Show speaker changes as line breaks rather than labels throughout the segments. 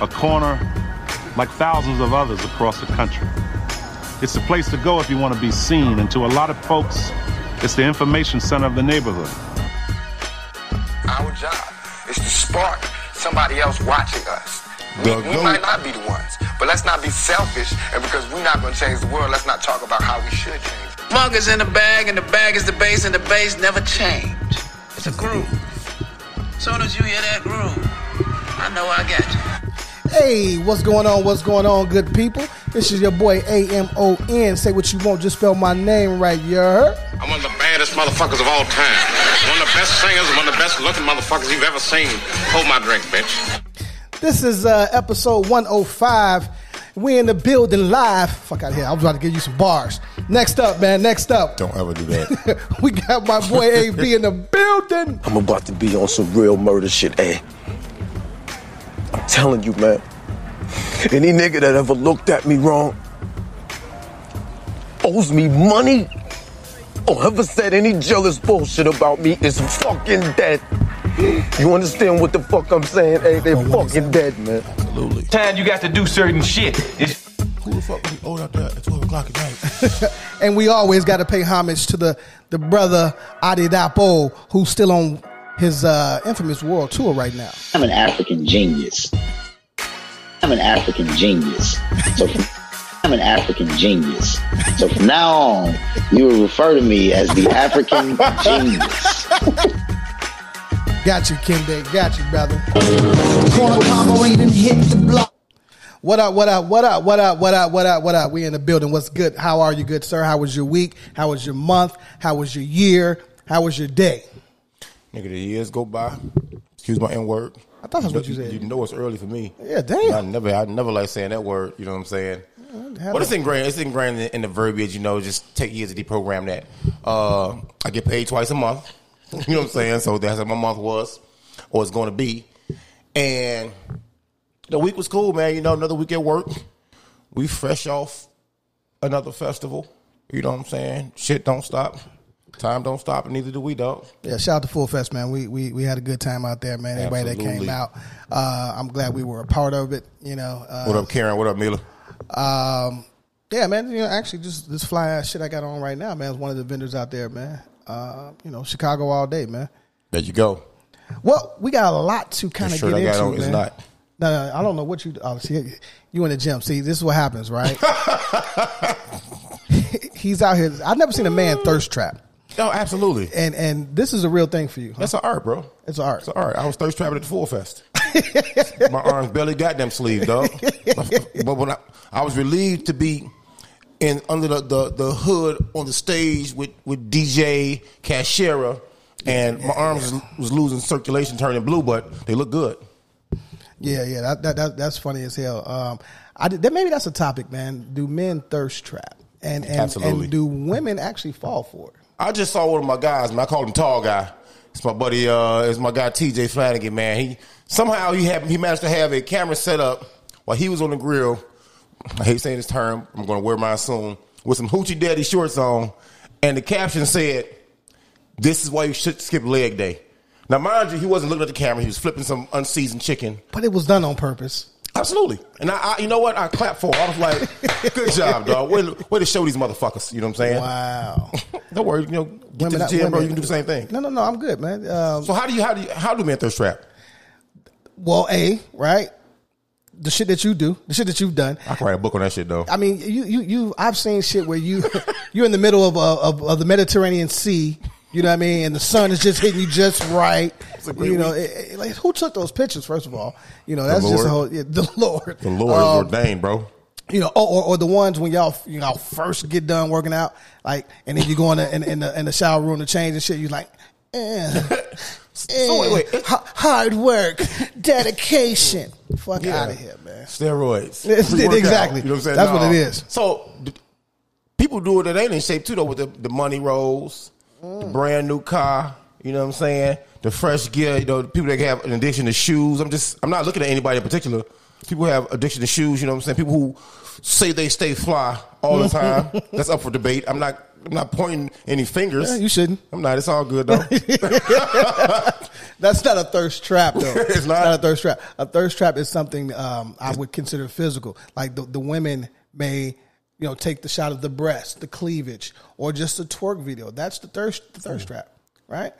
a corner like thousands of others across the country. It's the place to go if you want to be seen, and to a lot of folks, it's the information center of the neighborhood.
Our job is to spark somebody else watching us. We,
The
we
goat.
might not be the ones, but let's not be selfish. And because we're not going to change the world, let's not talk about how we should change. it.
Funk is in the bag, and the bag is the bass, and the bass never change. It's a groove. Soon as you hear that groove, I know I got you.
Hey, what's going on? What's going on, good people? This is your boy A M O N. Say what you want, just spell my name right. You heard?
I'm one of the baddest motherfuckers of all time. One of the best singers, one of the best looking motherfuckers you've ever seen. Hold my drink, bitch.
This is uh, episode 105. We in the building live. Fuck out of here. I was about to give you some bars. Next up, man. Next up,
Don't ever do that.
we got my boy AB in the building.
I'm about to be on some real murder shit, eh? I'm telling you, man. Any nigga that ever looked at me wrong owes me money or ever said any jealous bullshit about me is fucking dead. You understand what the fuck I'm saying? Hey, they're fucking dead, man.
Absolutely.
time you got to do certain shit. It's
Who the fuck would be old out there at 12 o'clock at night?
And we always got to pay homage to the the brother Adidapo, who's still on his uh, infamous world tour right now.
I'm an African genius. I'm an African genius. So from, I'm an African genius. So from now on, you will refer to me as the African genius.
Got you, Kende. Got you, brother.
Corner combo ain't even hit the block.
What up, what up, what up, what up, what up, what up, what up? We in the building. What's good? How are you, good sir? How was your week? How was your month? How was your year? How was your day?
Nigga, the years go by. Excuse my N word.
I thought that's what you said.
You know it's early for me.
Yeah, damn.
I never, I never like saying that word. You know what I'm saying? But it's ingrained. It's ingrained in, in the verbiage. You know, just take years to deprogram that. Uh, I get paid twice a month. You know what I'm saying? So that's what my month was, or it's going to be. And the week was cool, man. You know, another week at work. We fresh off another festival. You know what I'm saying? Shit don't stop. Time don't stop, and neither do we, dog.
Yeah, shout out to Full Fest, man. We we, we had a good time out there, man. Everybody that came
Absolutely.
out, uh, I'm glad we were a part of it. You know, uh,
What up, Karen? What up, Mila?
Um, yeah, man. You know, actually, just this fly ass shit I got on right now, man. Is one of the vendors out there, man. Uh, you know, Chicago all day, man.
There you go.
Well, we got a lot to kind
The
of
shirt
get
I got
into,
on
man.
is not.
No, no, I don't know what you. Oh, see, you in the gym. See, this is what happens, right? He's out here. I've never seen a man thirst trap,
No, absolutely.
and and this is a real thing for you. huh?
That's an art, bro.
It's an art.
It's an art. I was thirst trapping at the Full Fest. my arms barely got them sleeves, dog. but when I, I was relieved to be in under the, the, the hood on the stage with, with DJ Cashera, and my arms was, was losing circulation, turning blue, but they look good.
Yeah, yeah. That, that, that that's funny as hell. Um, I did, that maybe that's a topic, man. Do men thirst trap, and and,
Absolutely.
and do women actually fall for it?
I just saw one of my guys, man. I called him Tall Guy. It's my buddy. Uh, it's my guy TJ Flanagan, man. He somehow he had he managed to have a camera set up while he was on the grill. I hate saying this term. I'm going to wear mine soon with some hoochie daddy shorts on, and the caption said, "This is why you should skip leg day." Now, mind you, he wasn't looking at the camera. He was flipping some unseasoned chicken.
But it was done on purpose.
Absolutely. And I, I you know what? I clapped for. it. I was like, "Good job, dog. Way, to- way to show these motherfuckers." You know what I'm saying?
Wow.
Don't worry, you know, get to the
not-
gym, bro. You can do the same thing.
No, no, no. I'm good, man. Um,
So how do you how do you, how do men thirst trap?
well, a right. The shit that you do, the shit that you've done,
I can write a book on that shit though.
I mean, you you you. I've seen shit where you you're in the middle of, uh, of of the Mediterranean Sea. You know what I mean? And the sun is just hitting you just right.
It's a great
You know,
week.
it- it- like who took those pictures? First of all, you know that's just
Lord.
a whole yeah, the Lord.
The Lord
Um,
is ordained, bro.
You know, or, or, or the ones when y'all you know first get done working out, like, and then you go in the in, in the in the shower room to change and shit. You like, eh,
So wait, wait.
eh, ha- hard work, dedication. Fuck
Yeah.
out of here, man.
Steroids.
It's-
Pre-workout.
exactly.
You know what I'm saying?
That's what it is.
So d- people do it that ain't in shape too though with the, the money rolls,
Mm.
the brand new car, you know what I'm saying? The fresh gear, you know, the people that have an addiction to shoes. I'm just I'm not looking at anybody in particular. People who have addiction to shoes, you know what I'm saying? People who say they stay fly all the time. That's up for debate. I'm not I'm not pointing any fingers.
Yeah, you shouldn't.
I'm not. It's all good though.
That's not a thirst trap, though.
It's
it's
not?
not. a thirst trap. A thirst trap is something um, I would consider physical. Like the, the women may, you know, take the shot of the breast, the cleavage, or just a twerk video. That's the thirst, the thirst
Hmm.
trap, right?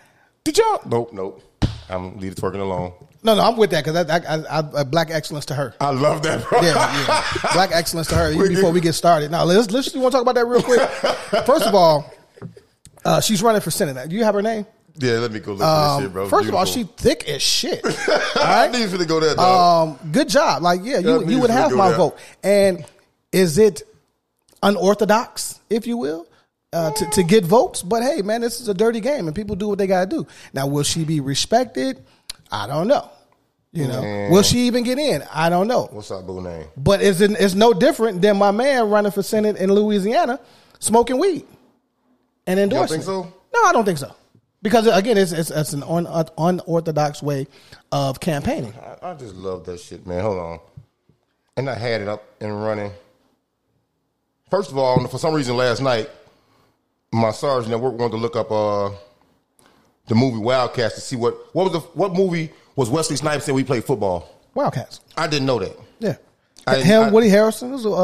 Did y'all? Nope, nope. I'm gonna leave the twerking alone.
No, no, I'm with that because I, I, I, I, black excellence to her.
I love that, bro.
Yeah, yeah. Black excellence to her. Even before we get started, now let's let's just want to talk about that real quick. First of all, uh, she's running for senate. Do you have her name?
Yeah, let me go look at
Um,
this shit, bro.
first of all, she
Beautiful.
thick as shit.
I need you to go there, dog.
Um, good job. Like, yeah,
Yeah, I
you
knew
you
you
would
was gonna
have
go
my
there.
vote. And is it unorthodox, if you will, uh, to to get votes? But hey, man, this is a dirty game, and people do what they gotta do. Now, will she be respected? I don't know. You know,
Man.
will she even get in? I don't know.
What's up, boo name?
But it's in, it's no different than my man running for senate in Louisiana, smoking weed, and
Y'all
endorsing.
think so?
No, I don't think so. Because again, it's it's, it's an un, unorthodox way of campaigning.
I, I just love that shit, man. Hold on. And I had it up and running. First of all, for some reason last night, my sergeant at work wanted to look up uh, the movie Wildcats to see what what was the what movie was Wesley Snipes in we played football.
Wildcats.
I didn't know that.
Yeah.
I-
Him,
I-
Woody Harrison. This was,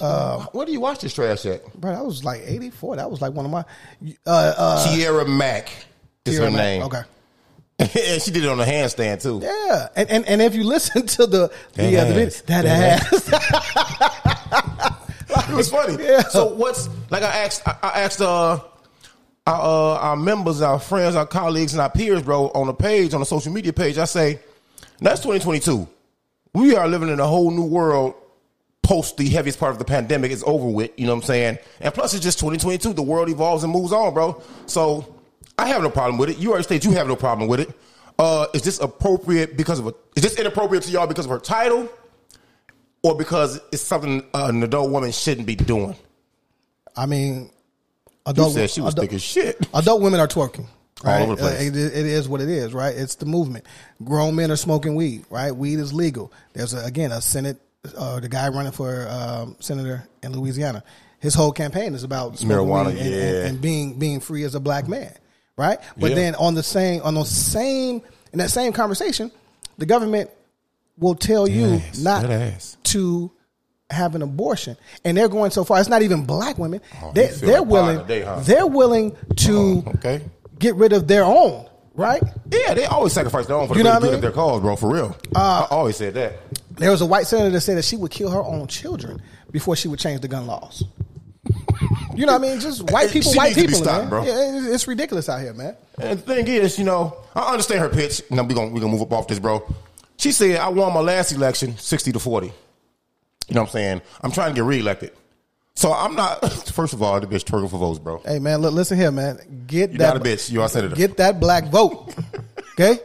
uh, uh,
Where do you watch this trash at?
bro, that was like 84. That was like one of my. Uh, uh,
Tierra Mack is her
Tierra Mac-
name.
Okay.
and she did it on a handstand too.
Yeah. And, and, and if you listen to the.
That
the, uh, the
ass.
video- that
That
ass.
It was funny.
Yeah.
So what's like I asked I, I asked uh our, uh, our members, our friends, our colleagues, and our peers, bro, on the page, on the social media page, I say, now it's 2022. We are living in a whole new world post the heaviest part of the pandemic is over with, you know what I'm saying? And plus, it's just 2022. The world evolves and moves on, bro. So I have no problem with it. You already stated you have no problem with it. Uh, is this appropriate because of a, is this inappropriate to y'all because of her title or because it's something uh, an adult woman shouldn't be doing?
I mean,
You
adult,
said she was
adult,
thick as shit.
adult women are twerking.
All
Right?
over the place.
Uh, it- it is what it is, right? It's the movement. Grown men are smoking weed, right? Weed is legal. There's a, again a Senate, uh, the guy running for um, senator in Louisiana. His whole campaign is about smoking
marijuana,
weed and, and-
yeah.
and being being free as a black man, right? But
Yeah.
then on the same on the same in that same conversation, the government will tell you
ass,
not
that ass.
to have an abortion, and they're going so far. It's not even black women. they,
Oh, you feel
they're
the power
willing.
today, huh?
They're willing to
Okay.
get rid of their own, right?
Yeah, they always sacrifice their own for the
You know
greater
what I
good
mean? Uh,
of their cause, bro. For real, I always said that.
There was a white senator that said that she would kill her own children before she would change the gun laws. You know what I mean? Just white people,
She
white
needs to be
people,
stopped,
man.
bro.
Yeah, it's- it's ridiculous out here, man.
And the thing is, you know, I understand her pitch. Now we gonna we gonna move up off this, bro. She said, "I won my last election, sixty to 40. You know what I'm saying? I'm trying to get reelected, so I'm not. First of all, the bitch twerking for votes, bro.
Hey, man, look, listen here, man. Get
You're
that
not a bitch. You are a senator.
Get that black vote, okay?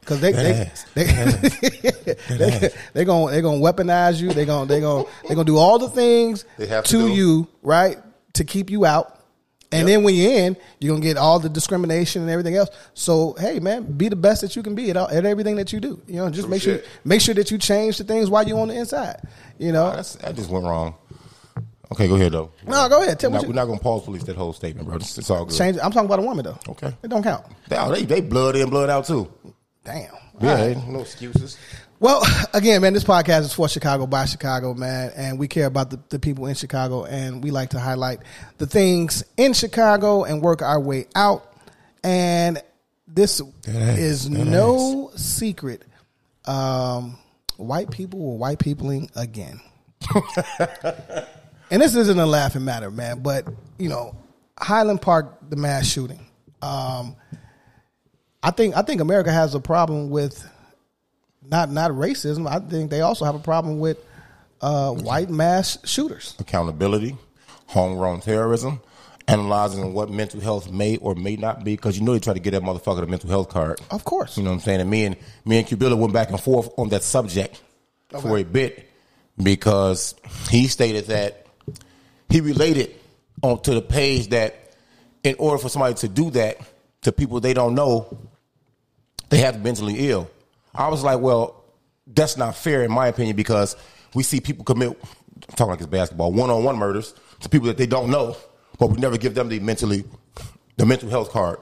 Because they they
That
they they they gonna they gonna weaponize you. They gonna they gonna they gonna do all the things
They have to
to,
do.
you right to keep you out. And then when you're in, you're gonna get all the discrimination and everything else. So hey, man, be the best that you can be at all, at everything that you do. You know, just
True
make
shit.
sure make sure that you change the things while you're on the inside. You know,
That's, that just went wrong. Okay, go ahead though.
No, go ahead. Tell me
Now,
what you-
we're not gonna pause police that whole statement, bro. It's, it's all good.
change. I'm talking about a woman though.
Okay.
it don't count.
Now, they they blood in, blood out too.
Damn.
Yeah,
All right.
ain't no excuses.
Well, again, man, this podcast is for Chicago by Chicago, man, and we care about the, the people in Chicago, and we like to highlight the things in Chicago and work our way out. And this
That ass,
is
that
no secret. Um, white people were white peopling again, and this isn't a laughing matter, man. But you know, Highland Park, the mass shooting. Um, I think I think America has a problem with not not racism. I think they also have a problem with uh, white mass shooters.
accountability, homegrown terrorism, analyzing what mental health may or may not be, because you know they try to get that motherfucker the mental health card.
Of course.
You know what I'm saying? And me and me and Cubilla went back and forth on that subject for a bit because he stated that he related on to the page that in order for somebody to do that to people they don't know, they have to be mentally ill. I was like, well, that's not fair in my opinion because we see people commit I'm talking like it's basketball one on one murders to people that they don't know, but we never give them the mentally the mental health card.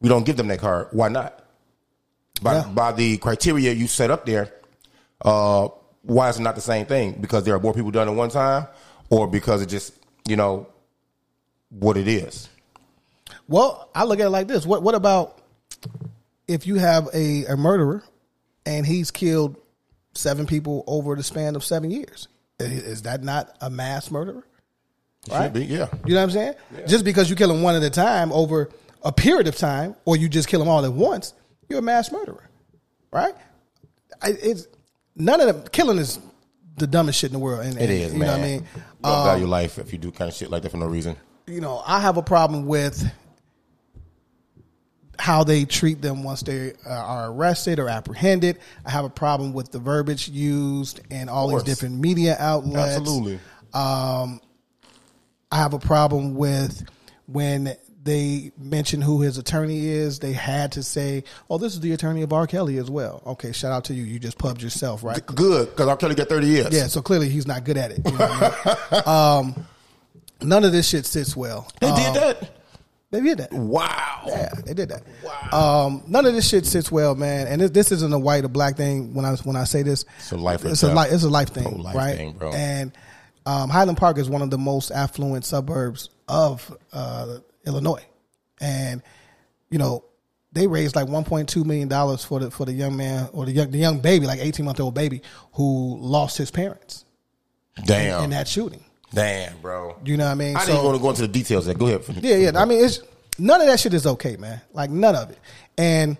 We don't give them that card. Why not? by by the criteria you set up there, uh, why is it not the same thing? Because there are more people done at one time, or because it just you know what it is.
Well, I look at it like this. What what about if you have a, a murderer and he's killed seven people over the span of seven years? I- Is that not a mass murderer?
It should be, yeah.
You know what I'm saying? Just because you kill them one at a time over a period of time, or you just kill them all at once, you're a mass murderer, right? I, it's none of them killing is the dumbest shit in the world. And,
It is,
you
man.
know what I mean?
You don't value
Um,
life if you do kind of shit like that for no reason.
you know, I have a problem with how they treat them once they uh, are arrested or apprehended. I have a problem with the verbiage used and all these
course.
different media outlets.
Absolutely.
Um, I have a problem with when they mention who his attorney is. They had to say, "Oh, this is the attorney of R. Kelly as well." Okay, shout out to you. You just pubbed yourself, right?
Good, because R. Kelly got thirty years.
Yeah, so clearly he's not good at it. you know what I mean? um, none of this shit sits well.
They did
Um,
that.
They did that.
Wow.
Yeah, they did that. Wow. Um, none of this shit sits well, man. And this, this isn't a white or black thing. When I when I say this,
It's a life or
It's a
death.
life. It's a life thing,
Whole life
right?
thing, bro.
And um, Highland Park is one of the most affluent suburbs of uh, Illinois, and you know they raised like 1.2 million dollars for the for the young man or the young the young baby, like 18 month old baby who lost his parents
Damn.
in that shooting.
Damn, bro.
You know what I mean?
I
So-
didn't want to go into the details. There. Go ahead.
Yeah, yeah. I mean, it's none of that shit is okay, man. Like none of it. And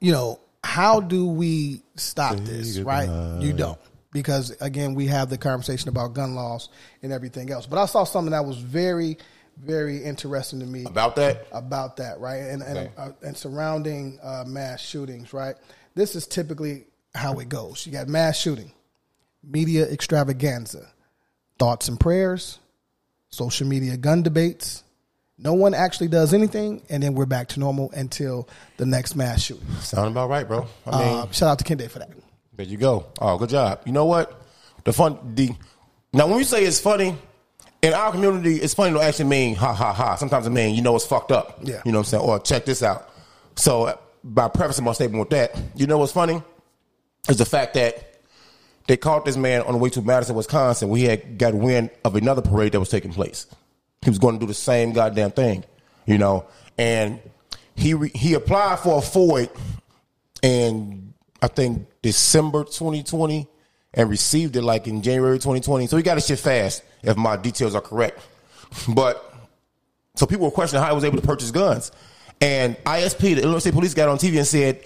you know, how do we stop this? Right? You don't. Because again, we have the conversation about gun laws and everything else. But I saw something that was very, very interesting to me
About that?
About that, right? And and
Okay.
uh, and surrounding uh, mass shootings, right? This is typically how it goes. You got mass shooting, media extravaganza, thoughts and prayers, social media gun debates. No one actually does anything, and then we're back to normal until the next mass shooting.
Sound about right, bro. I mean,
Uh, shout out to Kende for that.
there you go. Oh, good job. You know what? The fun. The now when you say it's funny. In our community, it's funny to actually mean ha ha ha. Sometimes it mean you know it's fucked up.
Yeah.
You know what I'm saying? Or check this out. So uh, by prefacing my statement with that, you know what's funny? Is the fact that they caught this man on the way to Madison, Wisconsin. We had got wind of another parade that was taking place. He was going to do the same goddamn thing, you know. And he re- he applied for a FOID, and I think December 2020, and received it like in January 2020. So he got his shit fast, if my details are correct. But so people were questioning how he was able to purchase guns. And ISP, the Illinois State Police, got on TV and said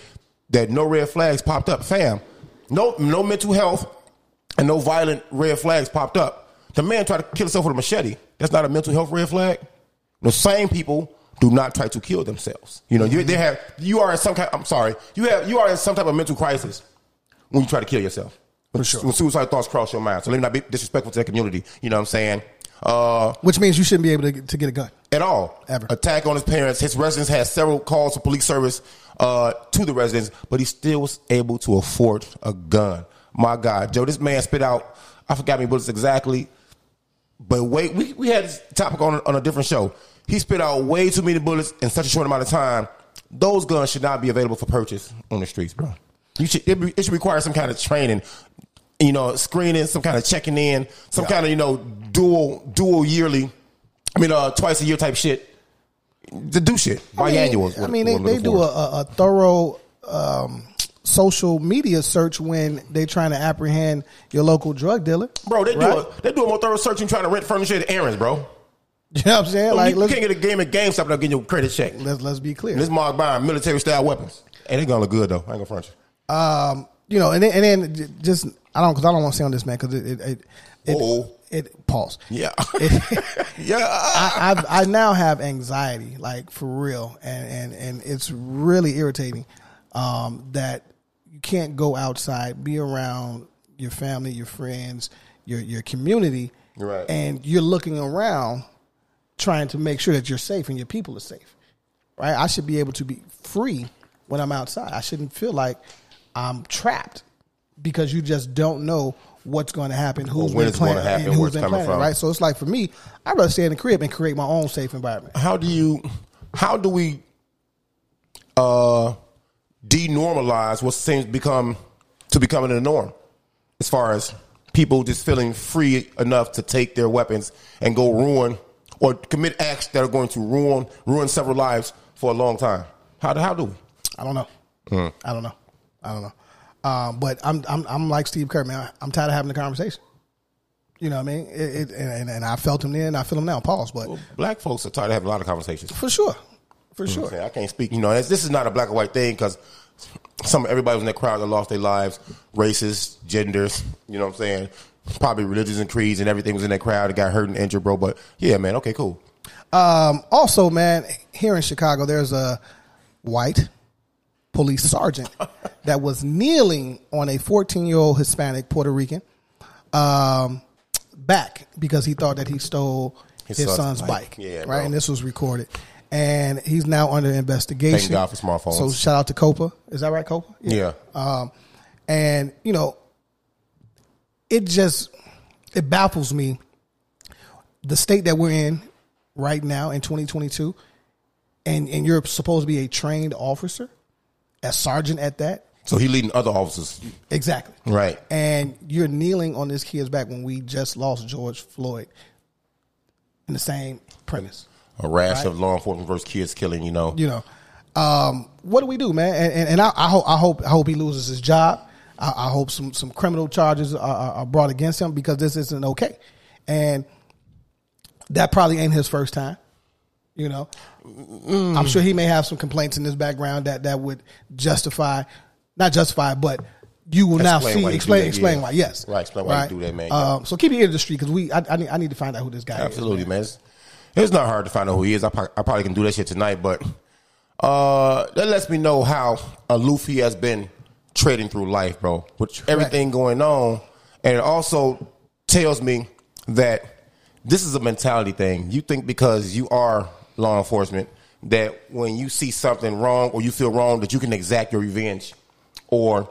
that no red flags popped up. Fam, no, no mental health and no violent red flags popped up. The man tried to kill himself with a machete. That's not a mental health red flag. The same people do not try to kill themselves. You know, you they have you are in some kind. I'm sorry, you have you are in some type of mental crisis when you try to kill yourself. When, when suicide thoughts cross your mind. So let me not be disrespectful to that community. You know what I'm saying? Uh,
Which means you shouldn't be able to, to get a gun.
at all. Ever. Attack on his parents. His residence had several calls to police service uh, to the residence, but he still was able to afford a gun. My God, Joe, this man spit out, I forgot me bullets exactly, but wait, we, we had this topic on, on a different show. He spit out way too many bullets in such a short amount of time. Those guns should not be available for purchase on the streets, bro. You should, it, be- it should require some kind of training, you know, screening, some kind of checking in, some kind of, you know, dual, dual yearly, I mean, uh, twice a year type shit. To do shit.
I mean,
Biannual. is
I
what-
mean,
what
they,
I'm
they
looking
do
for.
a, a, a thorough um, social media search when they're trying to apprehend your local drug dealer.
Bro, they
right?
do a, they do a more thorough search than trying to rent furniture at errands, bro.
You know what I'm saying?
Bro,
Like,
Oh, you, you
let's,
can't get a game at GameStop without getting your credit checked.
let's let's be clear.
This marked by military style weapons. And they gonna look good though. I ain't gonna front you.
um, you know, and then, and then j- just I don't because I don't want to say on this man because it it it, it,
Uh-oh.
it pause.
Yeah.
yeah. I, I've, I now have anxiety, like for real, and and and it's really irritating um, that you can't go outside, be around your family, your friends, your your community,
Right.
and you're looking around trying to make sure that you're safe and your people are safe. Right? I should be able to be free when I'm outside. I shouldn't feel like I'm trapped because you just don't know what's going to happen, who's
when
been
it's gonna
planning,
happen,
and
where
who's
it's
been
coming
planning,
from.
right? So it's like for me, I'd rather stay in the crib and create my own safe environment.
How do you how do we uh denormalize what seems to become to becoming the norm, as far as people just feeling free enough to take their weapons and go ruin or commit acts that are going to ruin ruin several lives for a long time. How do how do we?
I don't know.
Hmm.
I don't know. I don't know. Um, but I'm I'm I'm like Steve Kerr, man. I- I'm tired of having the conversation. You know what I mean? It, it, and, and- and I felt him then. I feel him now. Pause. But
Black folks are tired of having a lot of conversations.
for sure, for sure.
I can't speak. You know, this, this is not a black or white thing because some everybody was in that crowd that lost their lives, races, genders. You know what I'm saying? Probably religions and creeds and everything was in that crowd and got hurt and injured, bro. But yeah, man, okay, cool.
Um, also, man, here in Chicago, there's a white police sergeant that was kneeling on a 14 year old Hispanic Puerto Rican um, back because he thought that he stole his,
His son's
son's bike.
bike. Yeah,
right.
bro.
And this was recorded. And he's now under investigation.
Thank God for smartphones.
So shout out to Copa. Is that right, Copa?
Yeah.
Um, and you know, it just it baffles me the state that we're in right now in 2022, and and you're supposed to be a trained officer, a sergeant at that,
So he leading other officers,
exactly,
right?
and you're kneeling on this kid's back when we just lost George Floyd in the same premise.
A rash of law enforcement versus kids killing. You know,
you know, um, what do we do, man? And and, and I, I hope I hope I hope he loses his job. I, I hope some some criminal charges are, are, are brought against him because this isn't okay, and that probably ain't his first time. You know,
Mm.
I'm sure he may have some complaints in his background that that would justify, not justify, but you will now
Explain
see
why you do
explain
that,
explain
yeah.
why yes
Right, explain why you do that, man, yeah.
Um, so keep your ear to the street because we I, I need I need to find out who this guy is.
Absolutely, man. It's, it's not hard to find out who he is. I, prob- I probably can do that shit tonight, but uh, that lets me know how aloof he has been trading through life, bro. With everything going on, and it also tells me that this is a mentality thing. You think because you are law enforcement that when you see something wrong or you feel wrong that you can exact your revenge or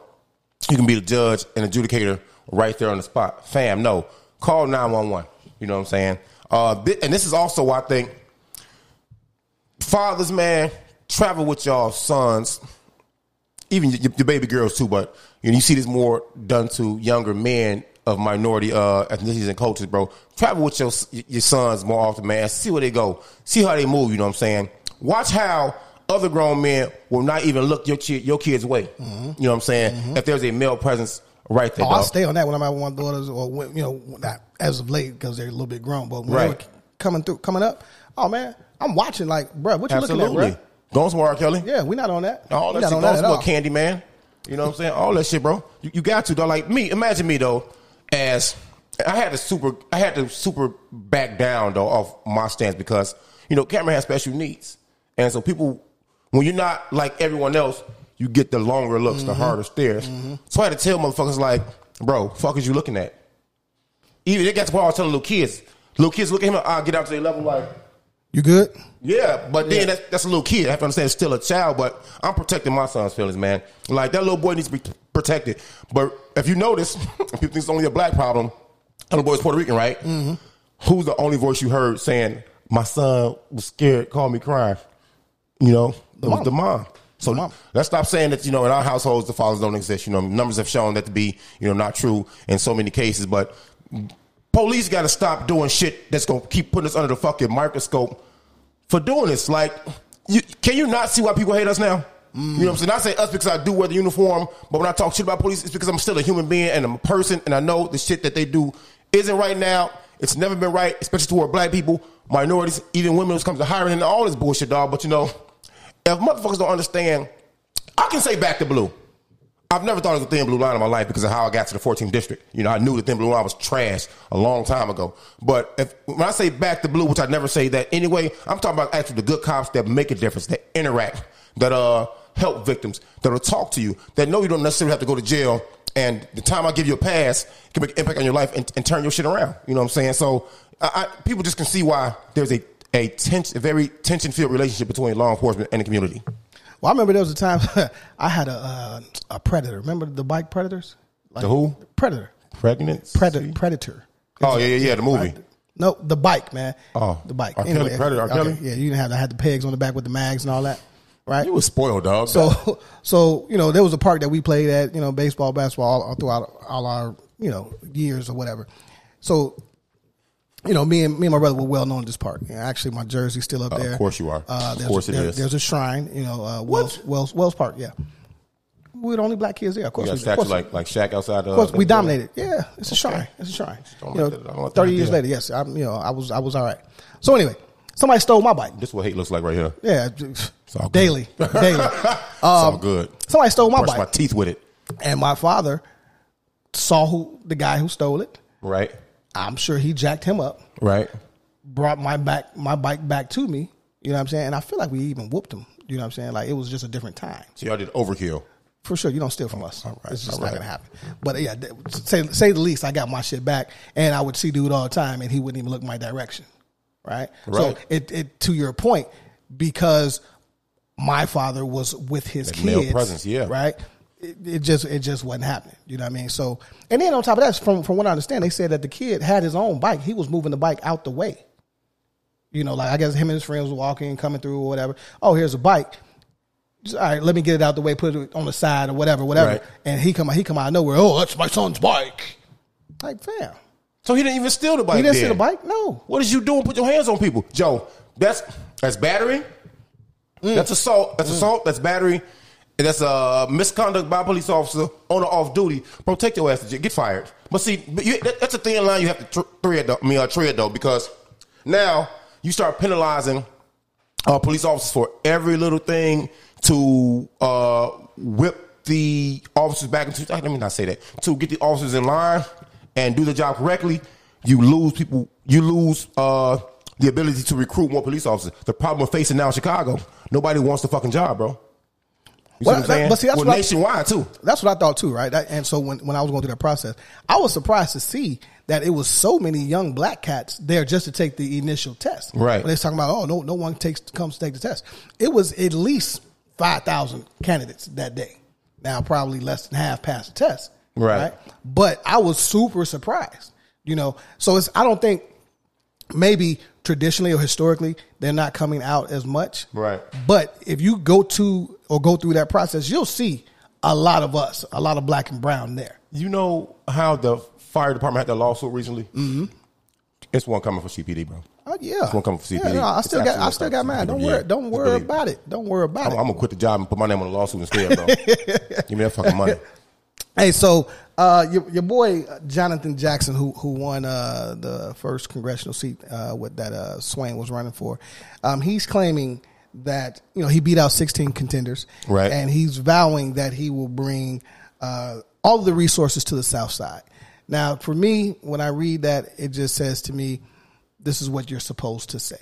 you can be the judge and adjudicator right there on the spot. Fam, no. Call 911. You know what I'm saying? Uh, thi- and this is also why I think fathers, man, travel with y'all sons, even your, your baby girls too, but you, know, you see this more done to younger men of minority uh, ethnicities and cultures, bro. Travel with your s- your sons more often, man. See where they go. See how they move, you know what I'm saying? Watch how other grown men will not even look your, chi- your kid's way. You know what I'm saying? If there's a male presence right there,
Mm-hmm. Oh, I
dog.
stay on that when I'm at one daughters or when, you know not as of late because they're a little bit grown. But when they
Right.
were coming through, coming up, oh man, I'm watching like, bro, what you looking
Absolutely. Oh,
at,
Going somewhere, R. Kelly?
bro? Yeah, we not on that.
All
we
that
not
shit
on that
goes
at
for
all.
candy, man. You know what I'm saying? All that shit, bro. You, you got to though. Like me, imagine me though. As I had to super, I had to super back down though off my stance because you know Cameron has special needs, and so people, when you're not like everyone else, you get the longer looks, the
Mm-hmm.
harder stares. So I had to tell motherfuckers like, bro, fuck is you looking at? Even they got to where I was telling little kids, little kids look at him, I get out to their level like.
You good?
Yeah, but then that's, that's a little kid. I have to understand it's still a child, but I'm protecting my son's feelings, man. Like that little boy needs to be protected. But if you notice, people think it's only a black problem. That little boy's Puerto Rican, right? Mm-hmm. Who's the only voice you heard saying, "My son was scared, called me crying"? You know, it was the mom. So let's stop saying that. You know, in our households, the fathers don't exist. You know, numbers have shown that to be you know not true in so many cases, but. Police got to stop doing shit that's gonna keep putting us under the fucking microscope for doing this. Like, you, can you not see why people hate us now? You know what I'm saying? I say us because I do wear the uniform, but when I talk shit about police, it's because I'm still a human being and I'm a person, and I know the shit that they do isn't right now. It's never been right, especially toward black people, minorities, even women when it comes to hiring and all this bullshit, dog. But you know, if motherfuckers don't understand, I can say back to blue. I've never thought of the thin blue line in my life because of how I got to the 14th district. You know, I knew the thin blue line was trash a long time ago. But if, when I say back to blue, which I never say that anyway, I'm talking about actually the good cops that make a difference, that interact, that uh help victims, that'll talk to you, that know you don't necessarily have to go to jail. And the time I give you a pass can make an impact on your life and, and turn your shit around. You know what I'm saying? So I, I, people just can see why there's a a, tense, a very tension filled relationship between law enforcement and the community.
Well, I remember there was a time I had a uh, a predator. Remember the bike predators? Like,
The who?
Predator.
Pregnant?
Predator. Predator.
Oh yeah, yeah, yeah. The movie.
No, the bike, man.
Oh.
the bike.
R. Kelly, Predator, R. Kelly?
Yeah, you didn't have. I had the pegs on the back with the mags and all that. right?
You was spoiled, dog.
So, so you know, there was a park that we played at, you know, baseball, basketball, all, all throughout all our you know years or whatever. So, you know, me and me and my brother were well known in this park. You know, actually, my jersey's still up
Uh, of
there.
course you are.
Uh,
Of
there's,
course it
there-
is.
There's a shrine, you know, uh, Wells, Wells Wells Park. Yeah, we're the only black kids there. Of
you
course,
got a
we, of
statue
course,
like uh, like Shaq outside.
of course we dominated. Yeah, it's a shrine. It's a shrine.
Don't
You
like
know,
that. I don't like that
Thirty years
idea.
later, yes, I'm. You know, I was I was all right. So anyway, somebody stole my bike.
This is what hate looks like right here.
Yeah,
all good.
daily, daily. Um,
it's all good.
Somebody stole my
Brush my
bike,
teeth with it.
and my father saw who the guy who stole it.
Right.
I'm sure he jacked him up,
Right.
brought my back my bike back to me. You know what I'm saying? And I feel like we even whooped him. You know what I'm saying? Like it was just a different time.
So y'all did overkill.
For sure, you don't steal from us.
right,
it's just
Oh, all
not
right.
gonna happen. But yeah, th- say say the least, I got my shit back, and I would see dude all the time, and he wouldn't even look my direction. Right.
Right.
So it, it to your point, because my father was with his
That
kids.
male presence, yeah.
Right. It, it just it just wasn't happening. You know what I mean? So and then on top of that, from from what I understand, they said that the kid had his own bike. He was moving the bike out the way. You know, like I guess him and his friends were walking, coming through or whatever. Oh, here's a bike. Just, all right, let me get it out the way, put it on the side or whatever, whatever.
Right.
And he come he come out of nowhere. Oh, that's my son's bike. Like fam,
So he didn't even steal the bike.
he didn't see
then.
the bike. No,
What is you doing? Put your hands on people, Joe. That's that's battery.
Mm.
That's assault. That's assault. That's battery. And that's uh, misconduct by a police officer on or off duty. Bro, take your ass to jail. Get fired. But see, but you, that, that's a thin line you have to tr- thread. Though, I mean, uh, tread though, because now you start penalizing uh, police officers for every little thing to uh, whip the officers back into. Let me not say that. To get the officers in line and do the job correctly, you lose people. You lose uh, the ability to recruit more police officers. The problem we're facing now in Chicago, nobody wants the fucking job, bro.
Well,
You see what I'm
that-
saying?
but see, that's
Well,
what I-
nationwide too.
that's what I thought too, right? That, and so when, when I was going through that process, I was surprised to see that it was so many young black cats there just to take the initial test.
Right.
When they're talking about, oh no, no one takes comes to take the test. It was at least five thousand candidates that day. Now probably less than half passed the test.
Right.
But I was super surprised. You know, so it's I don't think maybe traditionally or historically they're not coming out as much.
Right.
But if you go to or go through that process, you'll see a lot of us, a lot of black and brown there.
You know how the fire department had that lawsuit recently? Mm-hmm. Uh, It's one coming for CPD, bro.
Oh yeah.
It's gonna come from
Yeah,
CPD.
no, I
It's
still got I
absolutely
still
gonna
got
come
mine.
from
Don't
CPD.
worry don't
It's
worry
believable.
about it. Don't worry about
I'm,
it.
I'm gonna quit the job and put my name on the lawsuit instead, bro. Give me that fucking money.
Hey, so uh, your, your boy uh, Jonathan Jackson, who who won uh, the first congressional seat uh, with that uh, Swain was running for, um, he's claiming that you know he beat out 16 contenders,
Right.
And he's vowing that he will bring uh, all of the resources to the South Side. Now, for me, when I read that, it just says to me, this is what you're supposed to say,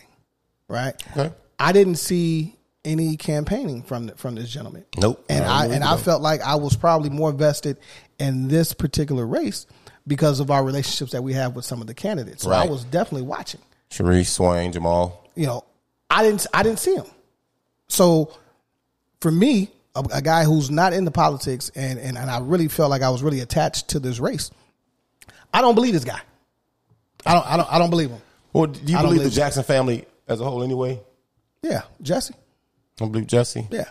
right?
Okay.
I didn't see any campaigning from the, from this gentleman.
Nope.
And
I
I
don't
and
either.
I felt like I was probably more vested in this particular race because of our relationships that we have with some of the candidates. So I
Right.
was definitely watching.
Sharice, Swain, Jamal.
You know, I didn't I didn't see him. So for me, a, a guy who's not into politics and, and and I really felt like I was really attached to this race. I don't believe this guy. I don't I don't I don't believe him.
Well, do you
I don't
believe the
believe-
Jackson family as a whole anyway?
Yeah, Jesse.
I don't believe Jesse.
Yeah.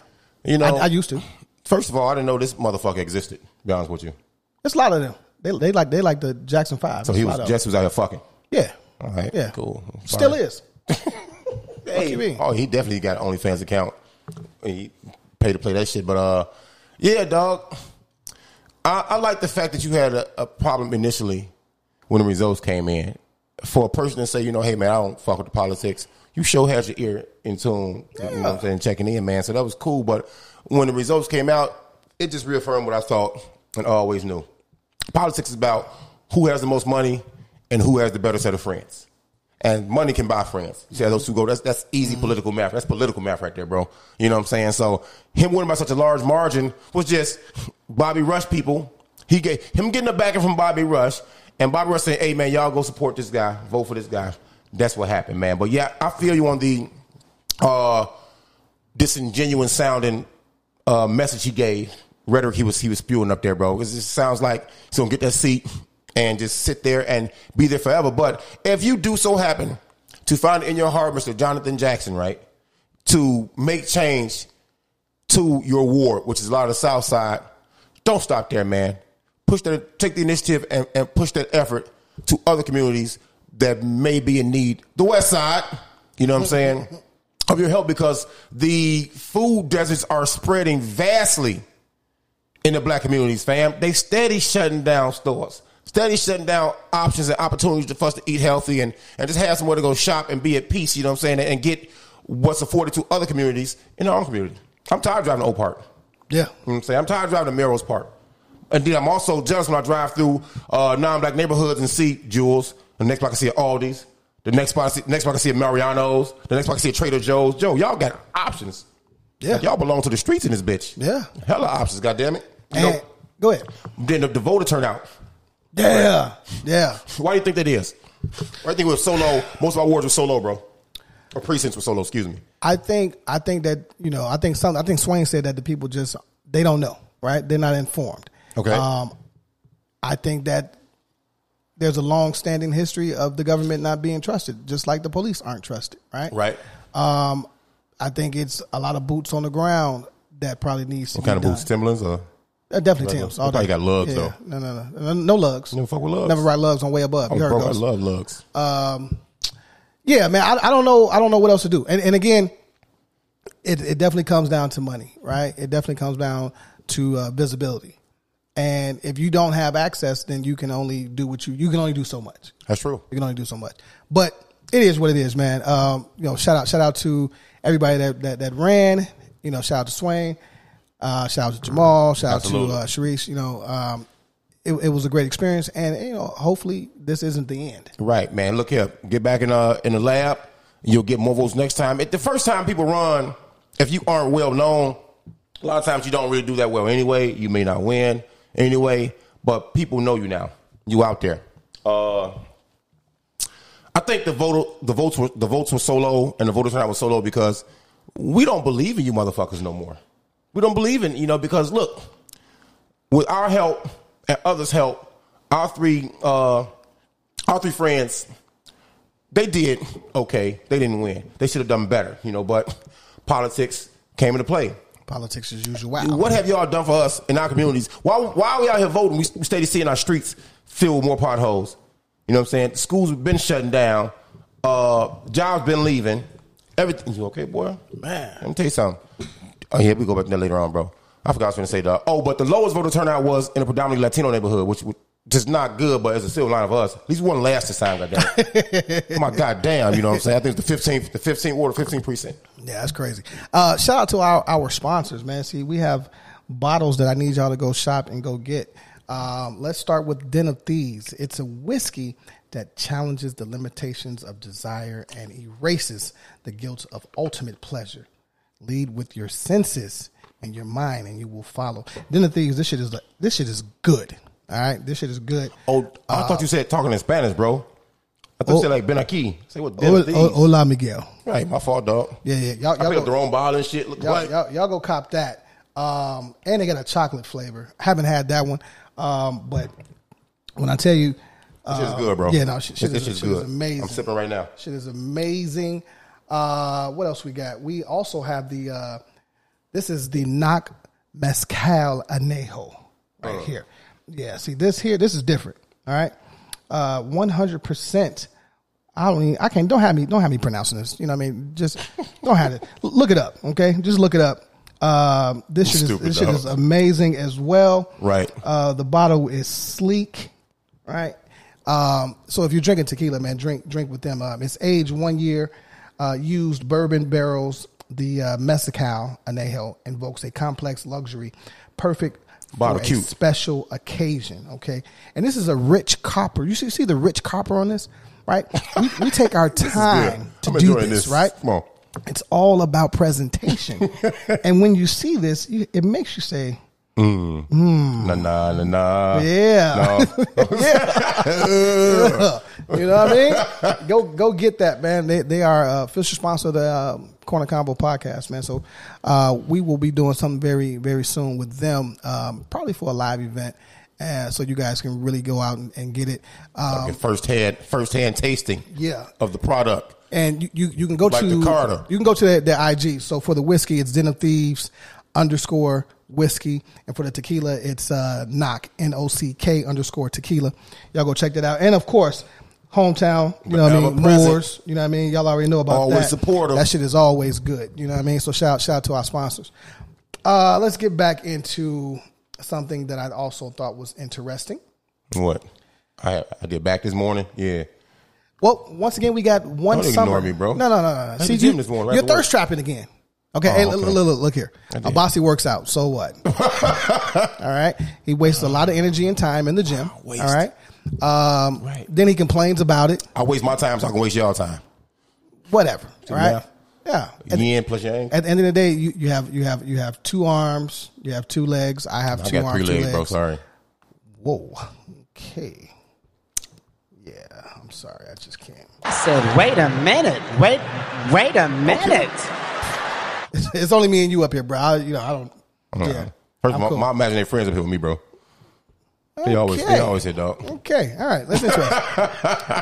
You know,
I, I used to.
first of all, I didn't know this motherfucker existed, to be honest with you.
It's a lot of them. They, they like they like the Jackson Five.
So
It's
he
a lot
was,
of
Jesse was out here fucking.
them. Yeah.
All right.
Yeah.
Cool. Fine.
Still is.
Hey,
you mean?
Oh, he definitely got an OnlyFans account. He paid to play that shit. But uh, yeah, dog. I, I like the fact that you had a, a problem initially when the results came in. For a person to say, you know, hey man, I don't fuck with the politics. You sure had your ear in tune, you know what I'm saying, checking in, man. So that was cool. But when the results came out, it just reaffirmed what I thought and always knew. Politics is about who has the most money and who has the better set of friends. And money can buy friends. You see how those two go? That's that's easy political math. That's political math right there, bro. You know what I'm saying? So him winning by such a large margin was just Bobby Rush people. He gave him getting the backing from Bobby Rush, and Bobby Rush saying, "Hey man, y'all go support this guy, vote for this guy." That's what happened, man. But yeah, I feel you on the uh, disingenuous sounding uh, message he gave, rhetoric he was he was spewing up there, bro. It just sounds like he's gonna get that seat and just sit there and be there forever. But if you do so happen to find in your heart, Mr. Jonathan Jackson, right, to make change to your ward, which is a lot of the South Side, don't stop there, man. Push that, take the initiative and, and push that effort to other communities that may be in need. The West Side, you know what I'm saying, of your help because the food deserts are spreading vastly in the black communities, fam. They steady shutting down stores, steady shutting down options and opportunities for us to eat healthy and, and just have somewhere to go shop and be at peace, you know what I'm saying, and get what's afforded to other communities in our own community. I'm tired of driving to Oak Park.
Yeah.
You know what I'm saying? I'm tired of driving to Merrill's Park. And then I'm also jealous when I drive through uh, non black neighborhoods and see Jewels. The next spot I can see at Aldi's. The next spot I see, next spot I can see at Mariano's. The next spot I can see at Trader Joe's. Joe, y'all got options. Yeah. Y'all belong to the streets in this bitch.
Yeah.
Hella options, goddammit. You know,
And, go ahead.
then the, the voter turnout.
Yeah. Yeah.
Why do you think that is? Why do you think we're so low? Most of our wards were so low, bro. Or precincts were so low, excuse me.
I think I think that you know I think some I think Swain said that the people just they don't know right they're not informed.
Okay.
Um, I think that there's a long standing history of the government not being trusted, just like the police aren't trusted. Right.
Right.
Um, I think it's a lot of boots on the ground that probably needs to
What
be
kind of
done.
boots? Timberlands or
Uh, definitely
Regular.
Tim's. all
They probably
day.
got lugs,
yeah.
though.
No, no, no, no, no lugs.
Never fuck with lugs.
Never ride lugs on way above.
Oh,
You heard
bro, I
those.
love lugs.
Um, yeah, man, I, I don't know. I don't know what else to do. And, and again, it, it definitely comes down to money, right? It definitely comes down to uh, visibility. And if you don't have access, then you can only do what you you can only do so much.
That's true.
You can only do so much. But it is what it is, man. Um, you know, shout out, shout out to everybody that that, that ran. You know, shout out to Swain. Uh, shout out to Jamal. Shout
Absolutely.
out to uh, Sharice. You know, um, it, it was a great experience, and you know, hopefully this isn't the end.
Right, man. Look here. Get back in uh in the lab. You'll get more votes next time. If the first time people run, if you aren't well known, a lot of times you don't really do that well anyway. You may not win anyway, but people know you now. You out there. Uh I think the voter the votes were the votes were so low and the voter turnout was so low because we don't believe in you motherfuckers no more. We don't believe in, you know, because look, with our help and others' help, our three uh our three friends, they did okay. They didn't win. They should have done better, you know, but politics came into play.
Politics as usual. Wow.
What have y'all done for us in our communities? Why, why are we out here voting? We, we steady seeing our streets filled with more potholes. You know what I'm saying? Schools have been shutting down. Uh, jobs been leaving. Everything. You okay, boy?
Man.
Let me tell you something. Oh, yeah, we go back to that later on, bro. I forgot I was going to say that. Oh, but the lowest voter turnout was in a predominantly Latino neighborhood, which was just not good, but it's a silver line for us. At least we won last this time, goddamn. it. My goddamn, you know what I'm saying? I think it's the 15th, the 15th ward, 15th precinct.
Yeah, that's crazy. Uh, shout out to our, our sponsors, man. See, we have bottles that I need y'all to go shop and go get. Um, let's start with Den of Thieves. It's a whiskey that challenges the limitations of desire and erases the guilt of ultimate pleasure. Lead with your senses and your mind, and you will follow. Den of Thieves. This shit is this shit is good. All right, this shit is good.
Oh, I thought you said talking in Spanish, bro. I
uh,
thought
Oh.
you said like Ben Aquí. Say what?
Hola,
Dennis Dees.
hola Miguel.
Right, my fault, dog.
Yeah, yeah. Y'all, y'all
I picked
go-
up the wrong bottle and shit. Look
y'all,
what?
y'all, y'all go cop that. Um, and they got a chocolate flavor. Haven't had that one. Um, but when I tell you,
This shit's
uh,
good, bro.
Yeah, no, shit, shit
This
is,
shit's
shit is
good.
amazing.
I'm sipping right now.
Shit is amazing. Uh, what else we got? We also have the. Uh, this is the knock mezcal anejo
Oh.
right here. Yeah, see this here. This is different. All right, Uh, one hundred percent. I don't. Even, I can't. Don't have me. Don't have me pronouncing this. You know what I mean? Just don't have it. L- Look it up. Okay. Just look it up. Um, this shit is
Stupid
this shit
dog.
is amazing as well.
Right.
Uh, the bottle is sleek. Right. Um, so if you're drinking tequila, man, drink drink with them. Um, it's aged one year. Uh, used bourbon barrels. The uh, mezcal anejo invokes a complex luxury, perfect
Bottle
for a
cute.
special occasion. Okay, and this is a rich copper. You see, see the rich copper on this, right? We, we take our time to
I'm
do
enjoying
this,
this.
right?
Come on.
It's all about presentation, and when you see this, you, it makes you say,
Nah, nah, nah, nah.
"Yeah,
Uh, No.
yeah." you know what I mean? Go, go get that, man. They, they are uh, official sponsor of the uh, Corner Combo podcast, man. So uh, we will be doing something very, very soon with them, um, probably for a live event. Uh, so you guys can really go out and, and get it. Um,
Fucking firsthand, firsthand tasting.
Yeah.
of the product.
and you, you, you can go
Like
to
the Carter.
You can go to their, their IG. So for the whiskey, it's Den of Thieves. underscore whiskey. And for the tequila, it's uh, knock, N O C K underscore tequila. Y'all go check that out. And of course, hometown, you know what I
Forever
mean?
present.
Moors, you know what I mean? Y'all already know about
Always
that.
supportive.
That shit is always good, you know what I mean? So shout, shout out to our sponsors. Uh, let's get back into something that I also thought was interesting.
What? I I did back this morning. Yeah.
Well, once again, we got one
Don't
summer.
ignore me, bro.
No, no, no,
At
no.
the
See,
gym
you,
this morning, right
you're
before.
thirst trapping again. Okay,
Oh,
hey, look,
okay.
look, look, look here.
I did.
Abasi works out, so what? all right, he wastes a lot of energy and time in the gym.
Ah, waste.
All right, um,
Right.
then he complains about it.
I waste my time so I can waste y'all time.
Whatever. All right, yeah. At,
You in plus you ain't.
at the end of the day, you, you have you have you have two arms, you have two legs. I have
I
two
got three
arms,
legs,
two
bro. Sorry.
Whoa. Okay. Yeah, I'm sorry. I just can't.
said, wait a minute, wait, wait a minute.
It's, it's only me and you up here, bro. I, you know, I don't. Yeah.
Uh-huh. First,
I'm
my,
cool.
my imaginary friends up here with me, bro. They always,
Okay.
they always hit dog.
Okay, all right, let's interesting.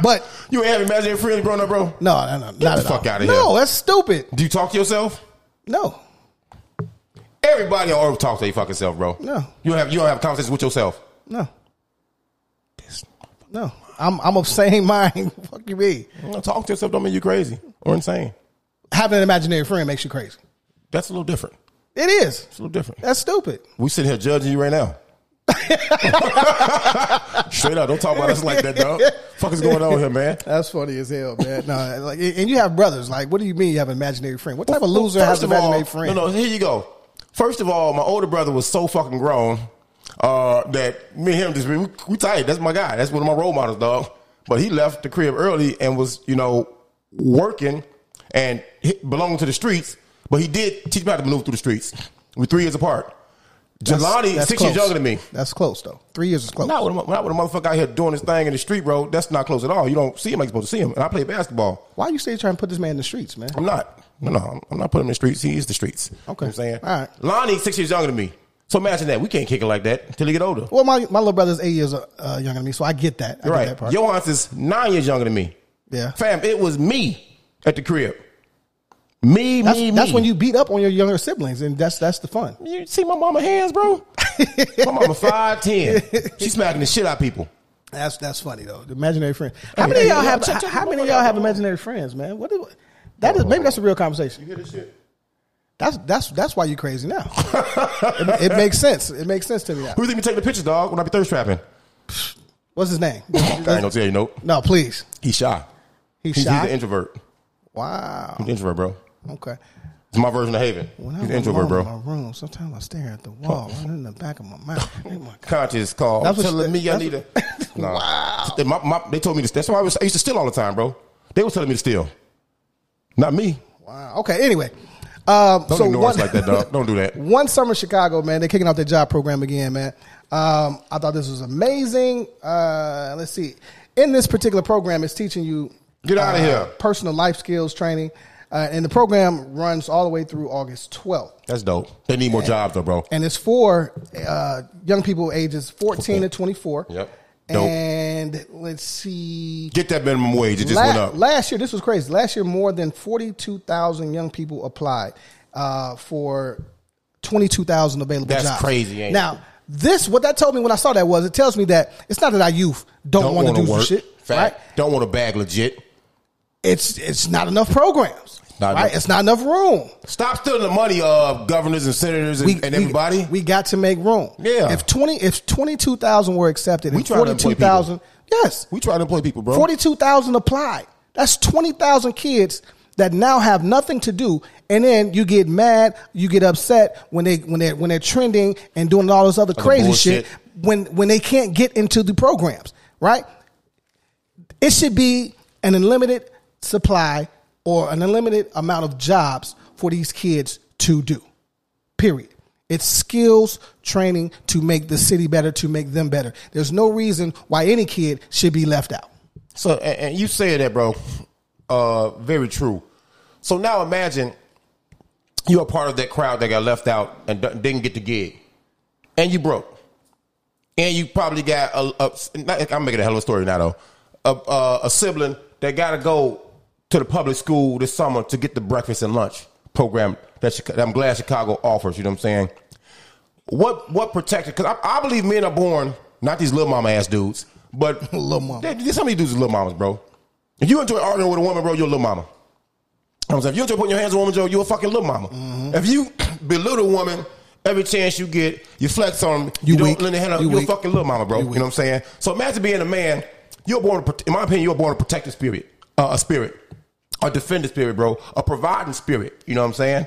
but
You ain't have imaginary friends growing up, bro?
no, no, no, not
the
at all.
fuck outta
No,
here.
that's stupid.
Do you talk to yourself?
No,
Everybody on earth talks to their fucking self, bro.
No.
you don't have you don't have conversations with yourself.
no, no. I'm I'm of same mind. Fuck you, me.
You know, Talk to yourself don't mean you're crazy or insane.
Having an imaginary friend makes you crazy.
That's a little different.
It is.
It's a little different.
That's stupid.
we sitting here judging you right now. Straight up, don't talk about us like that, dog. Fuck is going on here, man?
That's funny as hell, man. No, like, and you have brothers. Like, what do you mean you have an imaginary friend? What type of loser has
First
an
of all-
imaginary friend?
No, no, here you go. First of all, my older brother was so fucking grown uh, that me and him just we, we tight. That's my guy. That's one of my role models, dog. But he left the crib early and was you know working and he belonged to the streets. But he did teach me how to maneuver through the streets. We're three years apart. Jelani,
That's
six years
close.
younger than me.
That's close though. Three years is close.
Not with, a, not with a motherfucker out here doing his thing in the street, bro. That's not close at all. You don't see him like you're supposed to see him. And I play basketball.
Why you still trying to put this man in the streets, man?
I'm not. No, no, I'm- I'm not putting him in the streets. He is the streets.
Okay.
You know what I'm saying?
All right.
Lonnie's six years younger than me. So imagine that. We can't kick it like that until he get older.
Well, my, my little brother's eight years uh, uh, younger than me, so I get that. I
You're
Get that
right.
part.
Johannes is nine years younger than me.
yeah.
Fam, it was me at the crib. Me,
That's,
me,
that's
me.
when you beat up on your younger siblings, and that's that's the fun.
You see my mama hands, bro? my mama 5'10". She smacking the shit out of people.
That's that's funny though. The imaginary friend. How many
hey,
of y'all
yo,
have
check-
how,
check
how
the
many
motherfucker
of y'all
out,
have
bro.
imaginary friends, man? What do, that is maybe that's a real conversation.
hear this shit?
That's that's that's why you crazy now. it, it makes sense. It makes sense to me now.
Who you think be taking the pictures, dog, when I be thirst trapping?
What's his name?
I ain't gonna tell you, nope.
no, please.
He's shy.
He's,
He's, he's
shy.
an introvert.
wow.
He's an introvert, bro.
Okay.
It's my version of Haven.
When
He's
I'm
an introvert,
alone
bro.
In my room. Sometimes I stare at the wall, right in the back of my mouth. Oh my God.
Conscious call.
That's what
telling
she-
me I
that's
need a.
what-
Nah.
Wow.
They, my- my- they told me to. That's why I, was, I used to steal all the time, bro. They was telling me to steal. Not me.
Wow. Okay. Anyway, um,
Don't
so
ignore
one,
us like that, dog. Don't do that.
One summer in Chicago, man. They're kicking off their job program again, man. Um, I thought this was amazing. Uh, let's see. In this particular program, it's teaching you
Get outta
uh,
here.
personal life skills training, uh, and the program runs all the way through August twelfth.
That's dope. They need more jobs, though, bro.
And it's for uh, young people ages 14 to 24.
Yep. Dope.
And let's see.
Get that minimum wage. It just
La-
went up.
Last year, this was crazy. Last year, more than 42,000 young people applied uh, for 22,000 available
That's
jobs.
crazy, ain't it?
now, this, what that told me when I saw that was, it tells me that it's not that our youth don't,
Don't
want to
wanna
do some
work.
shit,
Fact.
right?
Don't want to bag legit.
It's it's not enough programs,
Not
right?
enough.
It's not enough room.
Stop stealing the money of governors and senators and, and everybody.
We, got to make room.
Yeah.
If twenty, if twenty two thousand were accepted,
We
and
try to employ
forty two thousand, yes,
We try to employ people, bro.
forty two thousand applied. That's twenty thousand kids that now have nothing to do, and then you get mad, you get upset when they when they when they're trending and doing all this other crazy
bullshit.
shit when when they can't get into the programs, right? It should be an unlimited supply or an unlimited amount of jobs for these kids to do period. It's skills training to make the city better, to make them better. There's no reason why any kid should be left out.
So, and, and you said that, bro. Uh, very true. So now imagine you're a part of that crowd that got left out and d- didn't get the gig, and you broke, and you probably got a. a not, I'm making a hell of a story now, though. A, a, a sibling that got to go to the public school this summer to get the breakfast and lunch, program that, Chica- that I'm glad Chicago offers. You know what I'm saying? What what protected? Because I, I believe men are born not these little mama ass dudes, but
little mama.
some of these dudes are little mamas, bro. If you into an argument with a woman, bro, you're a little mama. I'm saying, if you into putting your hands on a woman, Joe, you a fucking little mama.
Mm-hmm.
If you belittle a woman every chance you get, you flex on them, you, don't lend a hand up, you, a fucking little mama, bro. You, know what I'm saying? So imagine being a man. You're born, to prote- in my opinion, you're born a protective spirit, uh, a spirit, a defender spirit, bro, a providing spirit. You know what I'm saying?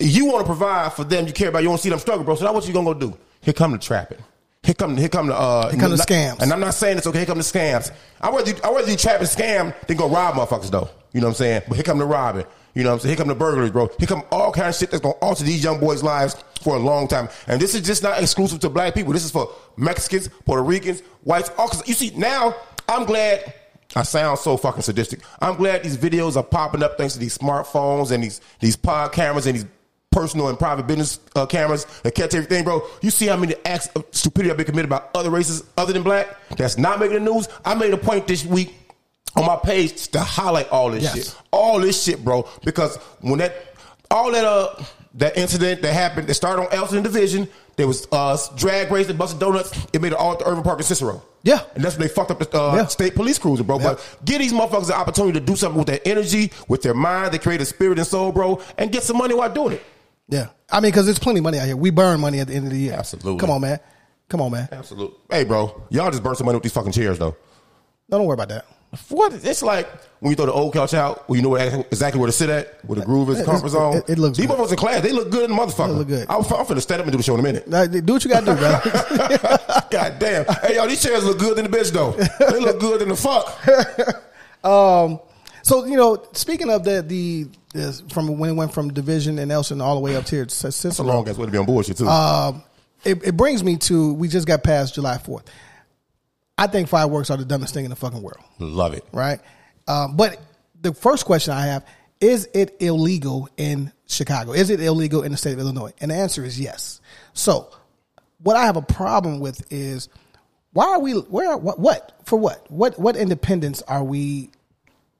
You want to provide for them. You care about. You want to see them struggle, bro. So now what you gonna go do? Here come the trapping. Here come, here come the, uh,
Here come the
not-
scams.
And I'm not saying it's okay. Here come the scams. I rather you, I rather you trap and scam than go rob motherfuckers though. You know what I'm saying? But here come the robbing. You know what I'm saying? Here come the burglaries, bro. Here come all kind of shit that's gonna alter these young boys' lives for a long time. And this is just not exclusive to black people. This is for Mexicans, Puerto Ricans, whites. All 'cause- you see now, I'm glad. I sound so fucking sadistic. I'm glad these videos are popping up thanks to these smartphones and these these pod cameras and these personal and private business uh, cameras that catch everything, bro. You see how many acts of stupidity have been committed by other races other than black? That's not making the news. I made a point this week on my page to highlight all this
Yes.
shit, all this shit, bro. Because when that all that uh that incident that happened that started on Elton Division, there was uh drag race and busted donuts. It made it all to Urban Park and Cicero.
Yeah.
and that's when they fucked up the uh,
Yeah.
state police cruiser, bro. But give these motherfuckers the opportunity to do something with their energy, with their mind, their creative spirit and soul, bro, and get some money while doing it.
Yeah, I mean, because there's plenty of money out here. We burn money at the end of the year.
Absolutely.
Come on, man. Come on, man.
Absolutely. Hey, bro, y'all just burn some money with these fucking chairs, though.
No, don't worry about that.
What? It's like when you throw the old couch out, where you know where- exactly where to sit at, where the groove is, the
Uh, It-
comfort
it-
zone.
it- it looks
These
good.
motherfuckers in class, they look good in the motherfucker.
They look good.
I'm, I'm finna stand up and do the show in a minute.
Now, Do what you got to do, brother.
God damn. Hey, y'all, these chairs look good in the bitch, though. They look good in the fuck.
Um, so you know, speaking of the the this, from when it went from division and Elson all the way up to here, it's
It's a long ass way to be on bullshit, too.
Um, it, it brings me to we just got past July Fourth. I think fireworks are the dumbest thing in the fucking world,
Love it.
right? Um, but the first question I have is: It illegal in Chicago? Is it illegal in the state of Illinois? And the answer is yes. So, what I have a problem with is why are we where what what for what what what independence are we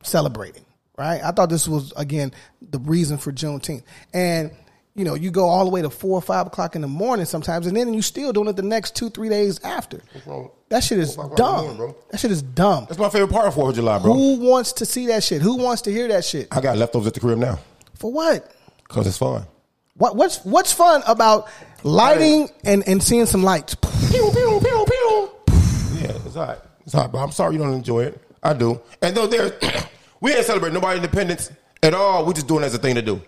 celebrating, right? I thought this was again the reason for Juneteenth, and you know you go all the way to four or five o'clock in the morning sometimes, and then you still doing it the next two three days after.
wrong?
That shit is
Four o'clock in the
dumb.
morning, bro.
That shit is dumb.
That's my favorite part of 4th of July, bro.
Who wants to see that shit? Who wants to hear that shit?
I got leftovers at the crib now
For what?
because it's fun.
What what's what's fun about lighting and and seeing some lights?
Pew, pew, pew, pew. Yeah, it's all right. It's all right, bro. I'm sorry you don't enjoy it. I do. And though there's, we ain't celebrating nobody independence at all. we just doing it as a thing to do.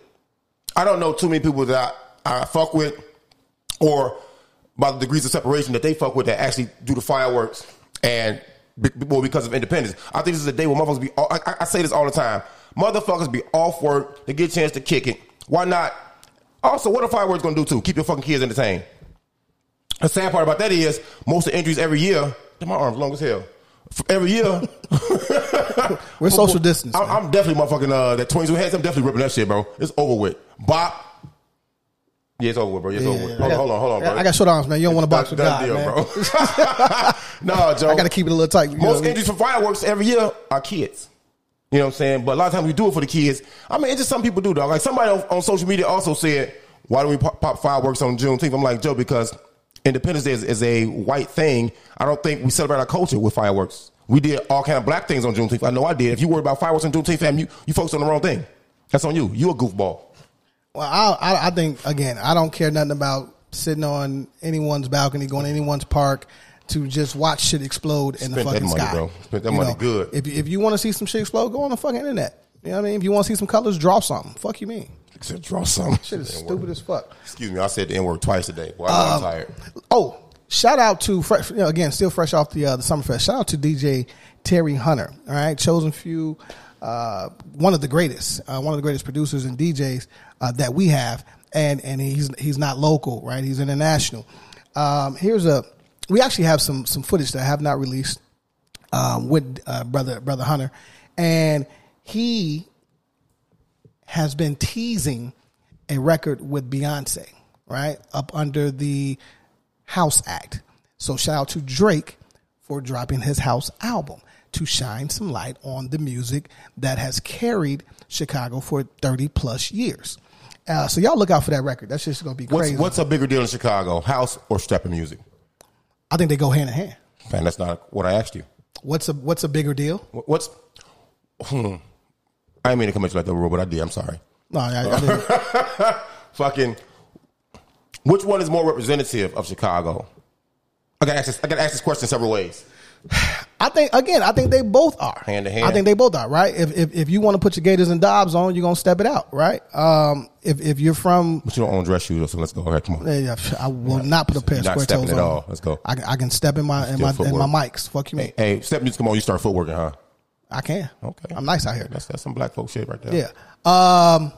I don't know too many people that I, I fuck with or by the degrees of separation that they fuck with that actually do the fireworks and be- be- well because of independence. I think this is a day where motherfuckers be. All, I, I- I say this all the time. Motherfuckers be off work. They get a chance to kick it. Why not? Also, what are fireworks gonna do too? Keep your fucking kids entertained. The sad part about that is most of the injuries every year. Damn, My arms long as hell. F- Every year,
We're social distance.
I'm, I'm definitely motherfucking uh, that 22 heads. I'm definitely ripping that shit, bro. It's over with. Bop. Yeah, it's over with, bro. Yeah, it's over with. Hold, on, hold on, hold on, bro.
I got short arms, man. You don't want to box with God, man.
bro. no, Joe.
I got to keep it a little tight. you know what I
Most
mean?
injuries for fireworks every year are kids. You know what I'm saying? But a lot of times we do it for the kids. I mean, it's just some people do, dog. Like somebody on, on social media also said, why do we pop, pop fireworks on Juneteenth? I'm like, Joe, because Independence Day is, is a white thing. I don't think we celebrate our culture with fireworks. We did all kind of black things on Juneteenth. I know I did. If you worry about fireworks on Juneteenth, fam, you, you focus on the wrong thing. That's on you. You a goofball.
Well, I, I, I think again, I don't care nothing about sitting on anyone's balcony, going to anyone's park to just watch shit explode in the
Spend that
fucking
money,
sky.
bro. Spend that money good.
If you, if you want to see some shit explode, go on the fucking internet. You know what I mean? If you want to see some colors, draw something. Fuck you mean?
Except draw some.
Shit is stupid as fuck.
Excuse me. I said the N word twice today. Well, I'm
Um,
tired.
Oh, shout out to fresh, you know, again, still fresh off the uh, the Summerfest. Shout out to DJ Terry Hunter. All right, chosen few, uh, one of the greatest, uh, one of the greatest producers and DJs uh, that we have, and and he's he's not local, right? He's international. Um, here's a we actually have some some footage that I have not released um, with uh, brother brother Hunter, and he has been teasing a record with Beyonce, right? Up under the House Act. So shout out to Drake for dropping his House album to shine some light on the music that has carried Chicago for 30 plus years. Uh, so y'all look out for that record. That's just gonna be
What's,
crazy.
what's a bigger deal in Chicago, house or stepping music?
I think they go hand in hand.
Man, that's not what I asked you.
What's a what's a bigger deal?
Wh- What's hmm, I didn't mean to come at you like that, Rule, but I did. I'm sorry.
No, I, I didn't-
Fucking. Which one is more representative of Chicago? I got to ask this. I got to ask this question several ways.
I think again, I think they both are.
Hand to hand.
I think they both are right. If if, if you want to put your Gators and Dobbs on, you're gonna step it out, right? Um, if if you're from,
But you don't own dress shoes, so let's go. Okay, come on.
eh, I will not put a pair
You're
of
not
square
stepping
toes
at
on.
all. Let's go.
I, can- I can step in my in
Still
my in my
footwork.
mics. Fuck you, man.
Hey, hey, step music, come on. You start footworking, huh?
I can.
Okay.
I'm nice out here.
That's, that's some black folk shit right there.
Yeah. Um,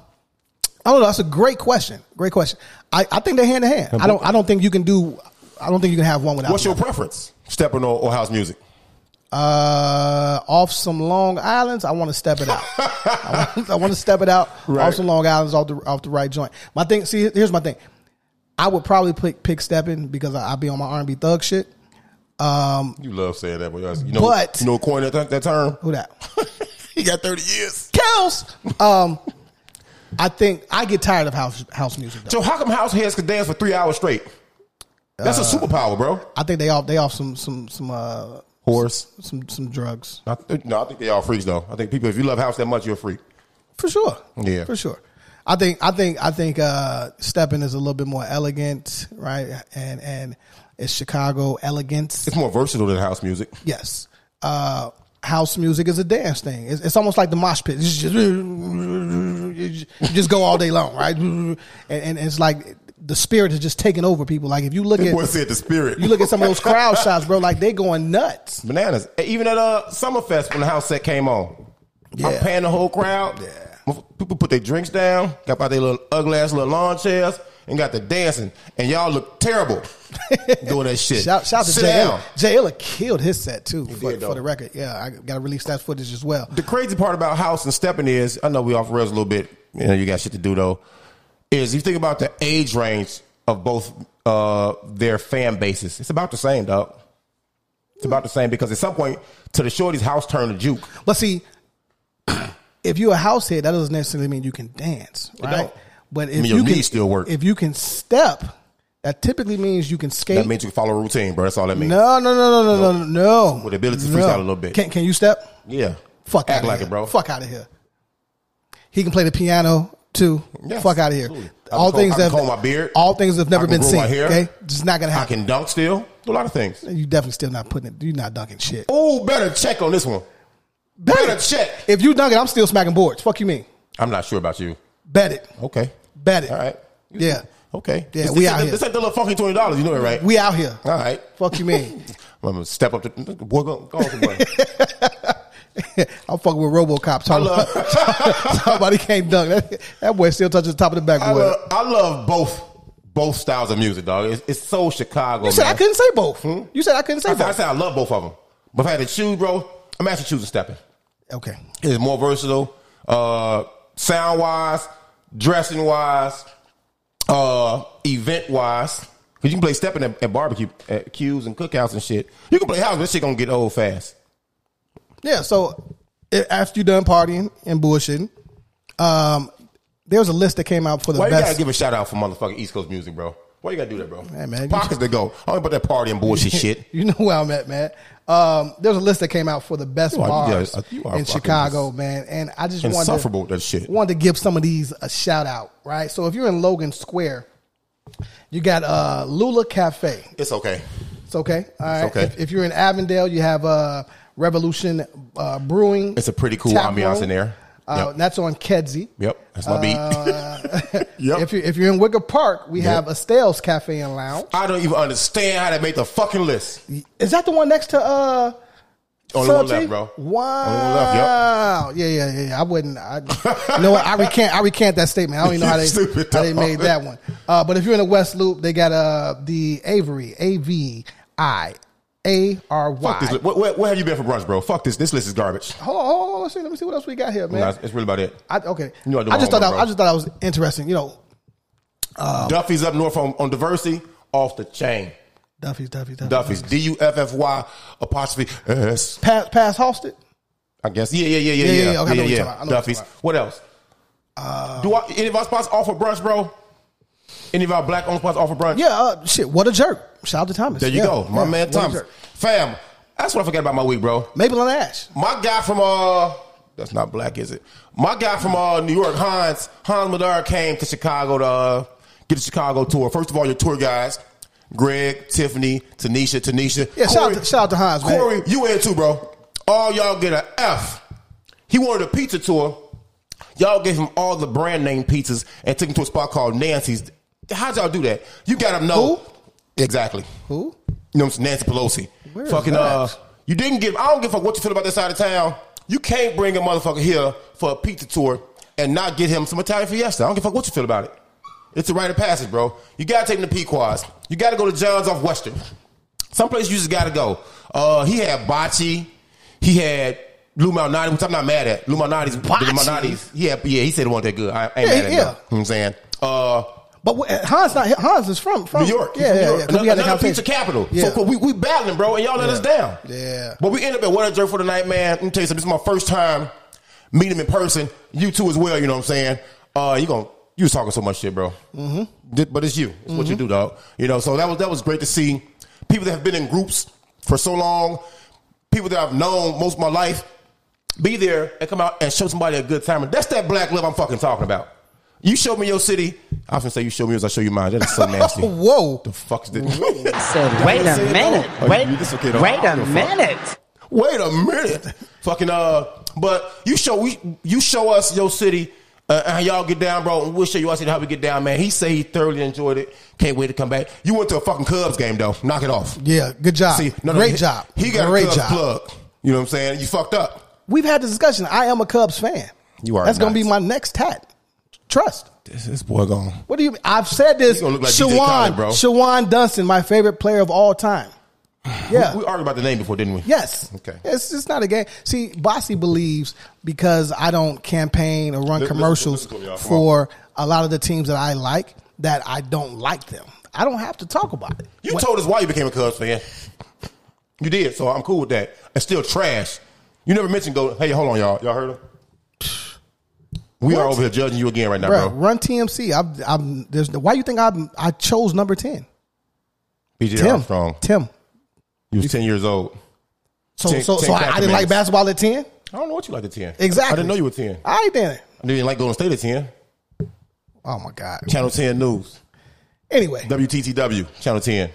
I don't know. That's a great question. Great question. I, I think they're hand in hand. I don't. I don't think you can do. I don't think you can have one without.
What's
the
your
other.
preference? Stepping or, or house music?
Uh, off some Long Island's, I want to step it out. I, want, I want to step it out.
Right.
Off some Long Island's, off the off the right joint. My thing. See, here's my thing. I would probably pick pick stepping because I, I be on my R&B thug shit. Um,
You love saying that, but you know,
But-
you know, coin that, that term.
who that?
He got thirty years.
Kels. Um, I think I get tired of house house music. Though.
So how come house heads could dance for three hours straight? That's
Uh.
a superpower, bro.
I think they off they off some some some uh
Horse.
some some drugs.
I th- no, I think they all freaks though. I think people, if you love house that much, you're a freak.
For sure.
Yeah.
For sure. I think I think I think uh stepping is a little bit more elegant, right? And and it's Chicago elegance.
It's more versatile than house music.
Yes. Uh house music is a dance thing. It's, it's almost like the mosh pit. It's just, you just go all day long, right? And, and it's like the spirit is just taking over people. Like if you look
That
at
boy said the spirit.
you look at some of those crowd shots, bro, like they going nuts.
bananas. Hey, Even at uh Summerfest when the house set came on, I'm
Yeah.
paying the whole crowd. Yeah, people put their drinks down, got out their little ugly ass little lawn chairs, and got to dancing. And y'all look terrible doing that shit.
Shout, shout to
Sit
Jay
down.
Illa. Jay Illa killed his set too, for,
did, though.
for the record. Yeah, I got to release that footage as well.
The crazy part about house and stepping is, I know we off rails a little bit. You know, you got shit to do though. Is you think about the age range of both uh, their fan bases, it's about the same, dog. It's about the same because at some point, to the shorties, house turned to juke.
But see, if you're a house head, that doesn't necessarily mean you can dance, right?
don't.
But if
mean, your
you can
knees still work.
if you can step, that typically means you can skate.
That means you can follow a routine, bro. That's all that means.
no, no, no, no, no, no, no.
With the ability to freestyle a little bit.
Can Can you step?
Yeah.
Fuck
Act
outta
like
here.
it, bro.
Fuck out of here. He can play the piano too.
Yes,
Fuck out of here.
absolutely. I can
All
comb-
things
I can
that
comb my beard.
all things have never
I can
been
grow
seen.
my hair.
Okay, just not gonna
I
happen.
can dunk still. Do a lot of things.
You definitely still not putting it. You're not dunking shit.
Oh, better check on this one.
Bet
Better
it.
check.
If you dunk it, I'm still smacking boards. Fuck you mean?
I'm not sure about you.
Bet it.
Okay.
Bet it.
All right.
Yeah.
Okay.
Yeah,
This-
we
this
out
ain't the-
here.
This ain't the little funky twenty dollars. You know it, right?
We out here.
All right.
Fuck you mean?
I'm gonna step up to boy. Go, go on, come on.
I'm fucking with RoboCop. Talking
love-
about somebody can't dunk. That, that boy still touches the top of the
I
backboard.
love, I love both both styles of music, dog. It's, it's so Chicago.
You said
man.
I couldn't say both. You said I couldn't say
Hmm? I, said- I
both.
said I love both of them, but if I had to choose, bro, I'm actually choosing stepping.
Okay.
It's more versatile, uh, sound wise, dressing wise, uh, event wise. Cause you can play stepping at, at barbecue at cues and cookouts and shit. You can play house, but this shit gonna get old fast.
Yeah. So i- after you done partying and bullshitting, um, there's a list that came out for the
Why you gotta
best.
give a shout out for motherfucking East Coast music, bro? Why you gotta do that, bro?
Hey, man, you-
pockets to go. I don't about that party and bullshit shit.
you know where I'm at, man. Um, there's a list that came out for the best
You are-
bars
yeah, uh, you are
in
fucking
Chicago, man. And I just wanted
Insufferable
to,
with that shit.
Wanted to give some of these a shout out, right? So if you're in Logan Square, you got uh, Lula Cafe.
It's okay.
It's okay. All right.
okay.
If, if you're in Avondale, you have uh, Revolution uh, Brewing.
It's a pretty cool
Tap
ambiance
Room.
in there.
Uh,
Yep.
and That's on Kedzie. Uh,
Yep, that's my beat. yep.
If you're if you're in Wicker Park, we
Yep.
have Estelles Cafe and Lounge.
I don't even understand how they made the fucking list.
Is that the one next to uh?
Only one
Sub
left,
G?
bro.
Wow.
Only one left, yep.
Yeah, yeah, yeah, yeah. I wouldn't. I, you know what? I recant. I recant that statement. I don't even know how they
Stupid
how they
dog.
made that one. Uh, but if you're in the West Loop, they got uh the Avery A V I A R
Fuck this.
Y.
li- Where, where, where have you been for brunch, bro? Fuck this. This list is garbage.
Hold on, hold on, let's see. Let me see what else we got here, man.
Nah, it's really about it.
I, okay.
You know I do
I just
my
thought I,
homework,
I just thought I was interesting. You know, Um,
Duffy's up north on, on diversity, off the chain.
Duffy's, Duffy's, Duffy's.
Duffy's D U F F Y apostrophe S.
Pass, pass, Halsted.
I guess. Yeah, yeah, yeah, yeah,
Yeah, yeah,
yeah, yeah.
yeah. Okay, I know what you're talking about. Uh, I know what you're
Duffy's.
talking
What else? Do I, any of our spots offer brunch, bro? Any of our black owned spots offer brunch?
Yeah, uh, shit. What a jerk! Shout out to Thomas.
There you
Yeah,
go, my
yeah,
man
what a
Thomas.
jerk.
Fam, that's what I forgot about my week, bro.
Maple and Ash.
My guy from uh, that's not black, is it? My guy from uh, New York, Hans Hans Madar came to Chicago to uh, get a Chicago tour. First of all, your tour guys, Greg, Tiffany, Tanisha, Tanisha.
Yeah, shout out to- shout out to Hans, man.
Corey, you in too, bro. All y'all get a F. He wanted a pizza tour. Y'all gave him all the brand name pizzas and took him to a spot called Nancy's. How'd y'all do that? You got him know exactly
who.
You know, what I'm saying? Nancy Pelosi.
Where is
Fucking
that?
uh, you didn't give. I don't give a fuck what you feel about that side of town. You can't bring a motherfucker here for a pizza tour and not get him some Italian fiesta. I don't give a fuck what you feel about it. It's a rite of passage, bro. You gotta take him to Pequod's. You gotta go to John's off Western. Someplace you just gotta go. Uh, he had Bocce. He had Lou Malnati, which I'm not mad at. Lou Malnati's.
Bocce?
The Malnati's. Yeah, yeah. He said it wasn't that good. I ain't
Yeah,
mad at him.
yeah.
You know what I'm saying. Uh,
But wh- Hans not Hans is from, from
New York.
Yeah,
New
yeah,
York.
yeah. 'cause
Another,
we had that
another pizza
conversation.
capital.
Yeah.
So 'cause we, we battling, bro, and y'all let us down.
Yeah.
But we end up at What a Jerk for the Night, man. Let me tell you something. This is my first time meeting him in person. You too as well, you know what I'm saying? Uh, you going you was talking so much shit, bro. Mm-hmm. But it's you. It's what
Mm-hmm.
you do, dog. You know, so that was that was great to see people that have been in groups for so long, people that I've known most of my life, be there and come out and show somebody a good time. And that's that black love I'm fucking talking about. You show me your city. I often say you show me yours, I show you mine. That is so nasty.
Whoa.
The fuck is this?
Said, wait a minute. Wait, wait a minute.
Wait a minute. Fucking uh but you show we you show us your city uh, and how y'all get down, bro. We'll show you our city how we get down, man. He say he thoroughly enjoyed it. Can't wait to come back. You went to a fucking Cubs game though. Knock it off.
Yeah, good job.
See,
Great
he,
job.
He got
Great
a Cubs
job.
plug. You know what I'm saying? You fucked up.
We've had this discussion. I am a Cubs fan.
You are
That's gonna be
nuts.
my next tat. Trust.
This, this boy gone.
What do you? I've said this.
You gonna look like DJ
Shawan
Khaled, bro.
Shawan Dunston, my favorite player of all time. Yeah.
We, we argued about the name before, didn't we?
Yes.
Okay.
It's just not a game. See, Bossy believes because I don't campaign or run
Listen-
commercials
listen to me, y'all. Come
for a lot of the teams that I like that I don't like them. I don't have to talk about it.
You told us why you became a Cubs fan. You did, so I'm cool with that. It's still trash. You never mentioned go. Hey, hold on, y'all. Y'all heard her? We are
What?
over here judging you again right now,
Bruh,
bro.
Run TMC. I'm, I'm, there's, why you think I'm, I chose number 10?
BJ
Tim.
Armstrong.
Tim.
You was ten years old.
So,
Ten-
so,
ten
so I, I
crack
didn't
minutes.
like basketball at 10?
I don't know what you like at ten.
Exactly.
I didn't know you were ten.
All right, then.
I didn't like Golden State at ten.
Oh, my God.
Channel ten news.
Anyway,
WTTW. Channel ten.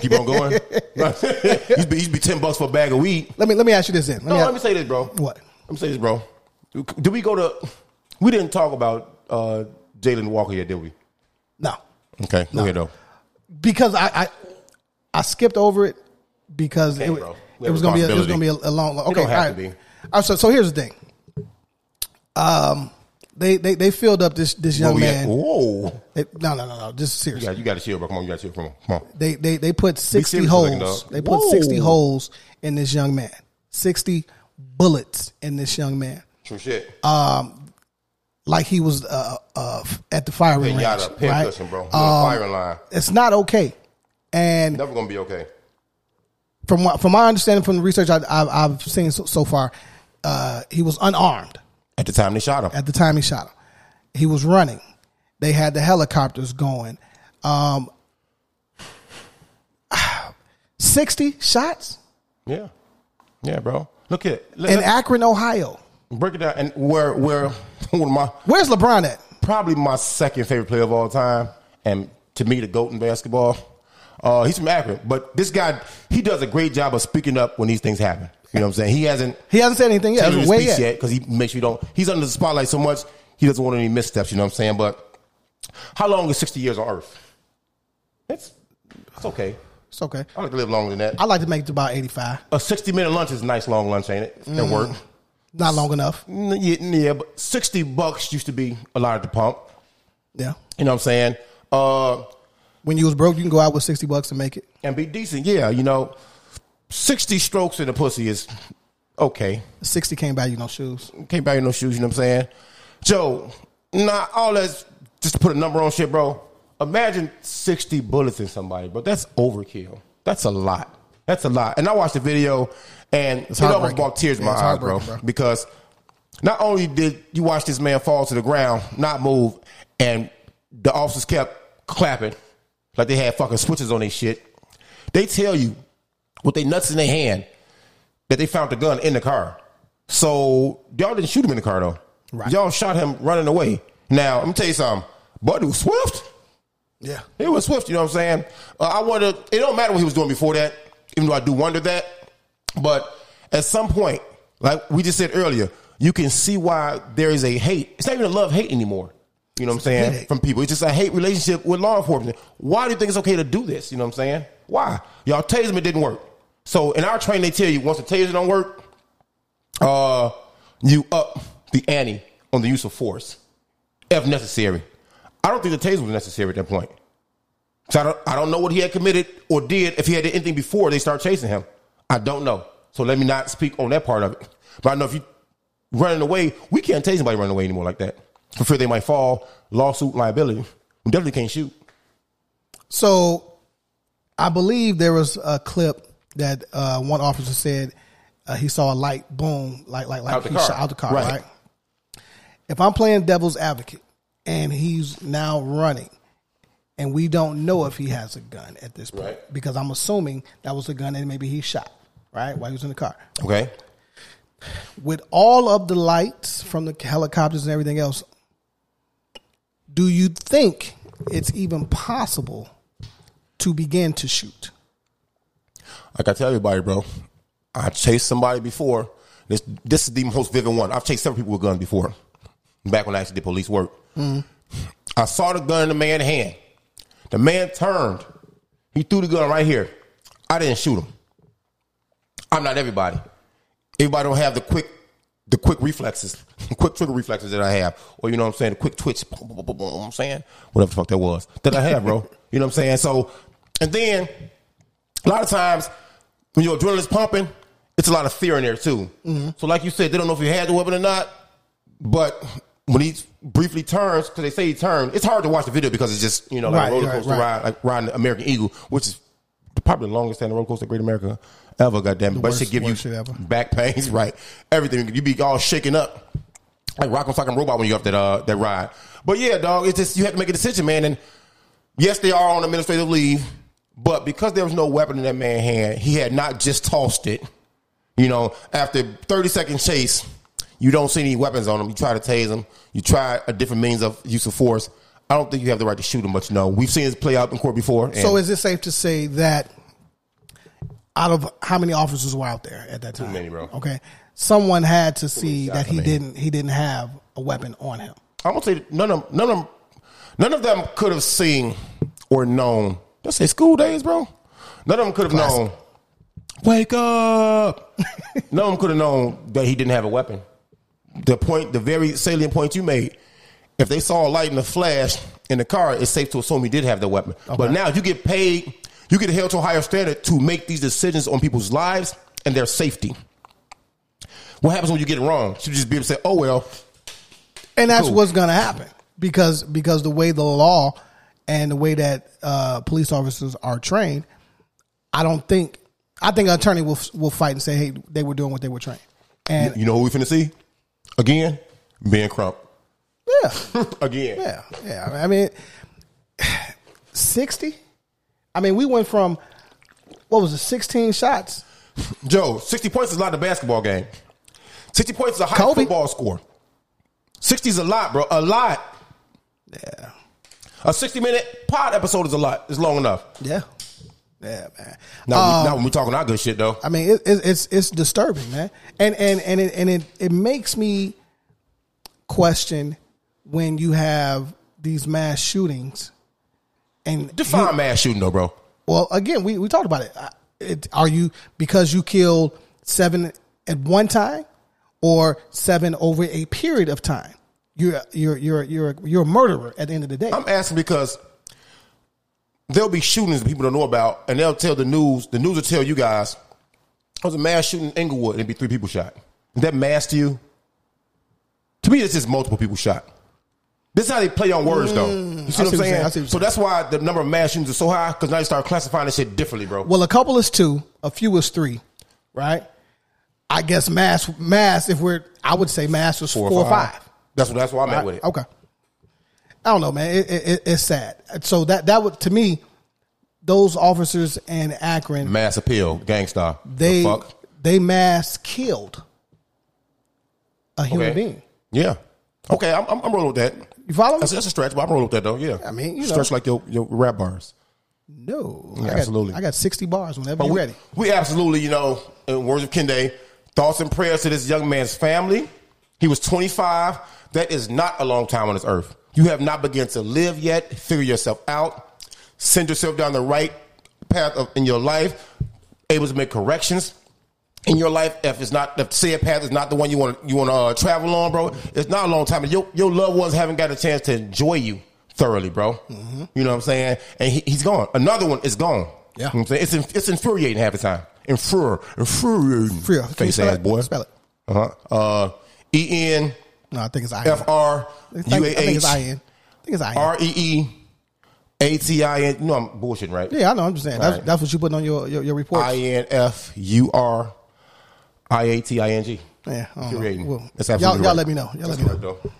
Keep on going. used, to be, used to be ten bucks for a bag of weed.
let me, let me ask you this then. Let
No,
me
let
ask-
me say this, bro.
What?
Let me say this, bro. Do we go to? We didn't talk about uh, Jalen Walker yet, did we?
No.
Okay, go ahead though.
Because I, I, I skipped over it because
Okay,
it,
bro. We
it
have
was going to be a, it was going to be
responsibility.
a, a long. Okay,
don't have
all
to
right.
be.
All right, so, so here's the thing. Um, they, they, they filled up this, this young
Whoa, yeah.
man.
Whoa.
They- no, no, no, no. Just serious.
You got, you got to chill, bro. Come on, you got to chill. Come on, come on.
They they they put sixty
serious for a second,
holes.
dog.
They put
Whoa.
sixty holes in this young man. Sixty bullets in this young man.
True shit.
Like he was uh, uh, at the firing
Pinata,
range.
pin
right?
cushion, bro. You're on
Um,
firing line.
It's not okay. And
Never gonna be okay.
from what, from my understanding, from the research I, I've, I've seen so, so far, uh, he was unarmed
At the time they shot him,
at the time he shot him. He was running. They had the helicopters going. Um, sixty shots
yeah, yeah, bro. Look at it. Let-
in
let-
Akron, Ohio.
break it down. And where, where, one of my
Where's LeBron at?
probably my second favorite player of all time, and to me, the goat in basketball. Uh, he's from Akron, but this guy he does a great job of speaking up when these things happen. You know what I'm saying? He hasn't
He hasn't said anything yet.
tailored
That's
his
way
speech
yet.
yet because he makes sure you don't. He's under the spotlight so much he doesn't want any missteps. You know what I'm saying? But how long is 60 years on Earth? It's it's okay.
It's okay.
I like to live longer than that.
I like to make it about 85.
A 60 minute lunch is a nice long lunch, ain't it? At work.
Not long enough.
N- Mm. Yeah, yeah, but 60 bucks used to be a lot at the pump.
Yeah.
You know what I'm saying? Uh,
When you was broke, you can go out with 60 bucks and make it.
and be decent. Yeah, you know, 60 strokes in the pussy is okay.
60 can't buy you no shoes.
Can't buy you no shoes, you know what I'm saying? Joe, nah, all that's just to put a number on shit, bro. Imagine 60 bullets in somebody, bro. That's overkill. That's a lot. That's a lot. And I watched the video and it almost
heartbreaking.
brought tears in
Yeah,
my
it's
eyes, bro,
heartbreaking, bro.
Because Not only did you watch this man fall to the ground, not move, and the officers kept clapping like they had fucking switches on their shit. They tell you with their nuts in their hand that they found the gun in the car. So y'all didn't shoot him in the car though. Y'all shot him running away. Now let me tell you something. Buddy was swift.
Yeah,
he was swift. You know what I'm saying? Uh, I wonder. It don't matter what he was doing before that. Even though I do wonder that, but at some point, like we just said earlier, you can see why there is a hate. It's not even a love hate anymore. You know what I'm saying? From people, it's just a hate relationship with law enforcement. Why do you think it's okay to do this? You know what I'm saying? Why y'all tasing it didn't work? So in our training, they tell you once the taser don't work, uh, you up the ante on the use of force if necessary. I don't think the taser was necessary at that point. So I don't, I don't know what he had committed or did if he had did anything before they start chasing him. I don't know. So let me not speak on that part of it. But I know if you running away, we can't tase anybody running away anymore like that for fear they might fall lawsuit liability. We definitely can't shoot.
So, I believe there was a clip that uh, one officer said uh, he saw a light boom, like like like
Out the
he
car.
shot out the car.
Right.
Right. If I'm playing devil's advocate and he's now running, and we don't know if he has a gun at this point
Right.
because I'm assuming that was a gun and maybe he shot right while he was in the car.
Okay.
With all of the lights from the helicopters and everything else, do you think it's even possible to begin to shoot?
Like I tell everybody, bro, I chased somebody before. This this is the most vivid one. I've chased several people with guns before. Back when I actually did police work. I saw the gun in the man's hand. The man turned. He threw the gun right here. I didn't shoot him. I'm not everybody. Everybody don't have the quick, the quick reflexes, quick trigger reflexes that I have, or you know what I'm saying, the quick twitch. boom, boom, boom, boom, boom, I'm saying whatever the fuck that was that I have, bro. you know what I'm saying. So, and then a lot of times when your adrenaline's pumping, it's a lot of fear in there too.
Mm-hmm.
So, like you said, they don't know if he had the weapon or not. But when he briefly turns, because they say he turned, it's hard to watch the video because it's just you know like
Right,
a roller
right,
coaster
right.
ride, like riding the American Eagle, which is probably the longest standing roller coaster in Great America ever. Goddamn it! But it should
worst-
give you
worst shit ever.
back pains, right? Everything you be all shaken up, like Rock'em Sock'em Robot when you off that uh, that ride. But yeah, dog, it's just you have to make a decision, man. And yes, they are on administrative leave, but because there was no weapon in that man's hand, he had not just tossed it. You know, after 30 second chase, you don't see any weapons on him. You try to tase him. You try a different means of use of force. I don't think you have the right to shoot him, but you know, we've seen this play out in court before. and-
So is it safe to say that out of how many officers were out there at that time? Too many,
bro.
Okay, someone had to see
shots,
that he
I mean.
didn't. He didn't have a weapon on him.
I'm gonna say none of none of them, none of them could have seen or known. Let's say school days, bro. None of them could have known. Wake up! none of them could have known that he didn't have a weapon. The point, the very salient point you made. If they saw a light in the flash in the car, it's safe to assume he did have the weapon. But now you get paid, you get held to a higher standard to make these decisions on people's lives and their safety. What happens when you get it wrong? You just be able to say, "Oh well."
and that's
Cool.
what's going to happen because because the way the law and the way that uh, police officers are trained, I don't think I think an attorney will will fight and say, hey, they were doing what they were trained. And
You know who we finna see? Again? Ben Crump.
yeah,
Again.
yeah, yeah. I mean, sixty. I mean, we went from what was it, sixteen shots?
Joe, 60 points is a lot in a basketball game. 60 points is a high
Kobe.
football score. 60 is a lot, bro. A lot.
Yeah,
A 60 minute pod episode is a lot. It's long enough.
yeah, yeah, man.
Now,
Um,
now when we talking our good shit, though.
I mean, it, it, it's it's disturbing, man, and and and it, and it it makes me question when you have these mass shootings, and
Define mass shooting, though, bro.
well, again, we we talked about it. I- it. Are you because you killed seven at one time, or seven over a period of time? You're you're you're you're you're a murderer at the end of the day.
I'm asking because there'll be shootings that people don't know about, and they'll tell the news. The news will tell you guys, there was a mass shooting in Inglewood, and it'd be three people shot. Is that mass to you? To me, it's just multiple people shot. This is how they play on words, though. You see
Mm. I see
what
what
I'm
you're saying, I
saying?
see what you're
So that's why the number of mass shootings is so high, because now you start classifying this shit differently, bro.
Well, a couple is two, a few is three, right? I guess mass mass if we're I would say mass was four, or five.
That's what that's why I met with it.
Okay. I don't know, man. It, it, it- it's sad. So that that would to me, those officers in Akron,
Mass appeal, gangsta.
they
The fuck?
they mass killed a human
Okay.
being.
Yeah. Okay, I'm, I'm, I'm rolling with that.
You follow me?
That's, that's a stretch, but I'm rolling with that though. Yeah.
I mean, you know.
stretch like your, your rap bars.
No,
Yeah,
I got,
absolutely.
I got sixty bars whenever
But
you're
we,
ready.
we absolutely, you know, in words of Kende, thoughts and prayers to this young man's family. He was 25. That is not a long time on this earth. You have not begun to live yet. Figure yourself out. Send yourself down the right path of, in your life. Able to make corrections in your life. If it's not the said path is not the one you want you want to uh, travel on, bro. It's not a long time. Your your loved ones haven't got a chance to enjoy you thoroughly, bro. You know what I'm saying? And he, he's gone. Another one is gone.
Mm-hmm. Yeah.
You know what I'm saying? It's, in- it's infuriating half the time. Infur, infuriating.
Frio, can you
Face
spell
ass
it?
boy.
Spell it.
Uh-huh. Uh, E-N,
No, I think it's I. N. I
F-R,
think- I think
U-A-H,
it's I N. I think it's I N.
R-E-E, A-T-I-N. No, I'm bullshitting, right?
Yeah, I know. I'm just saying. That's,
All right.
that's what you put on your your, your report.
I-N-F-U-R-I-A-T-I-N-G.
Yeah, I don't know.
Infuriating.
Well,
That's
y'all-
absolutely
y'all
right.
let me know. Um, Y'all let
That's
me
right,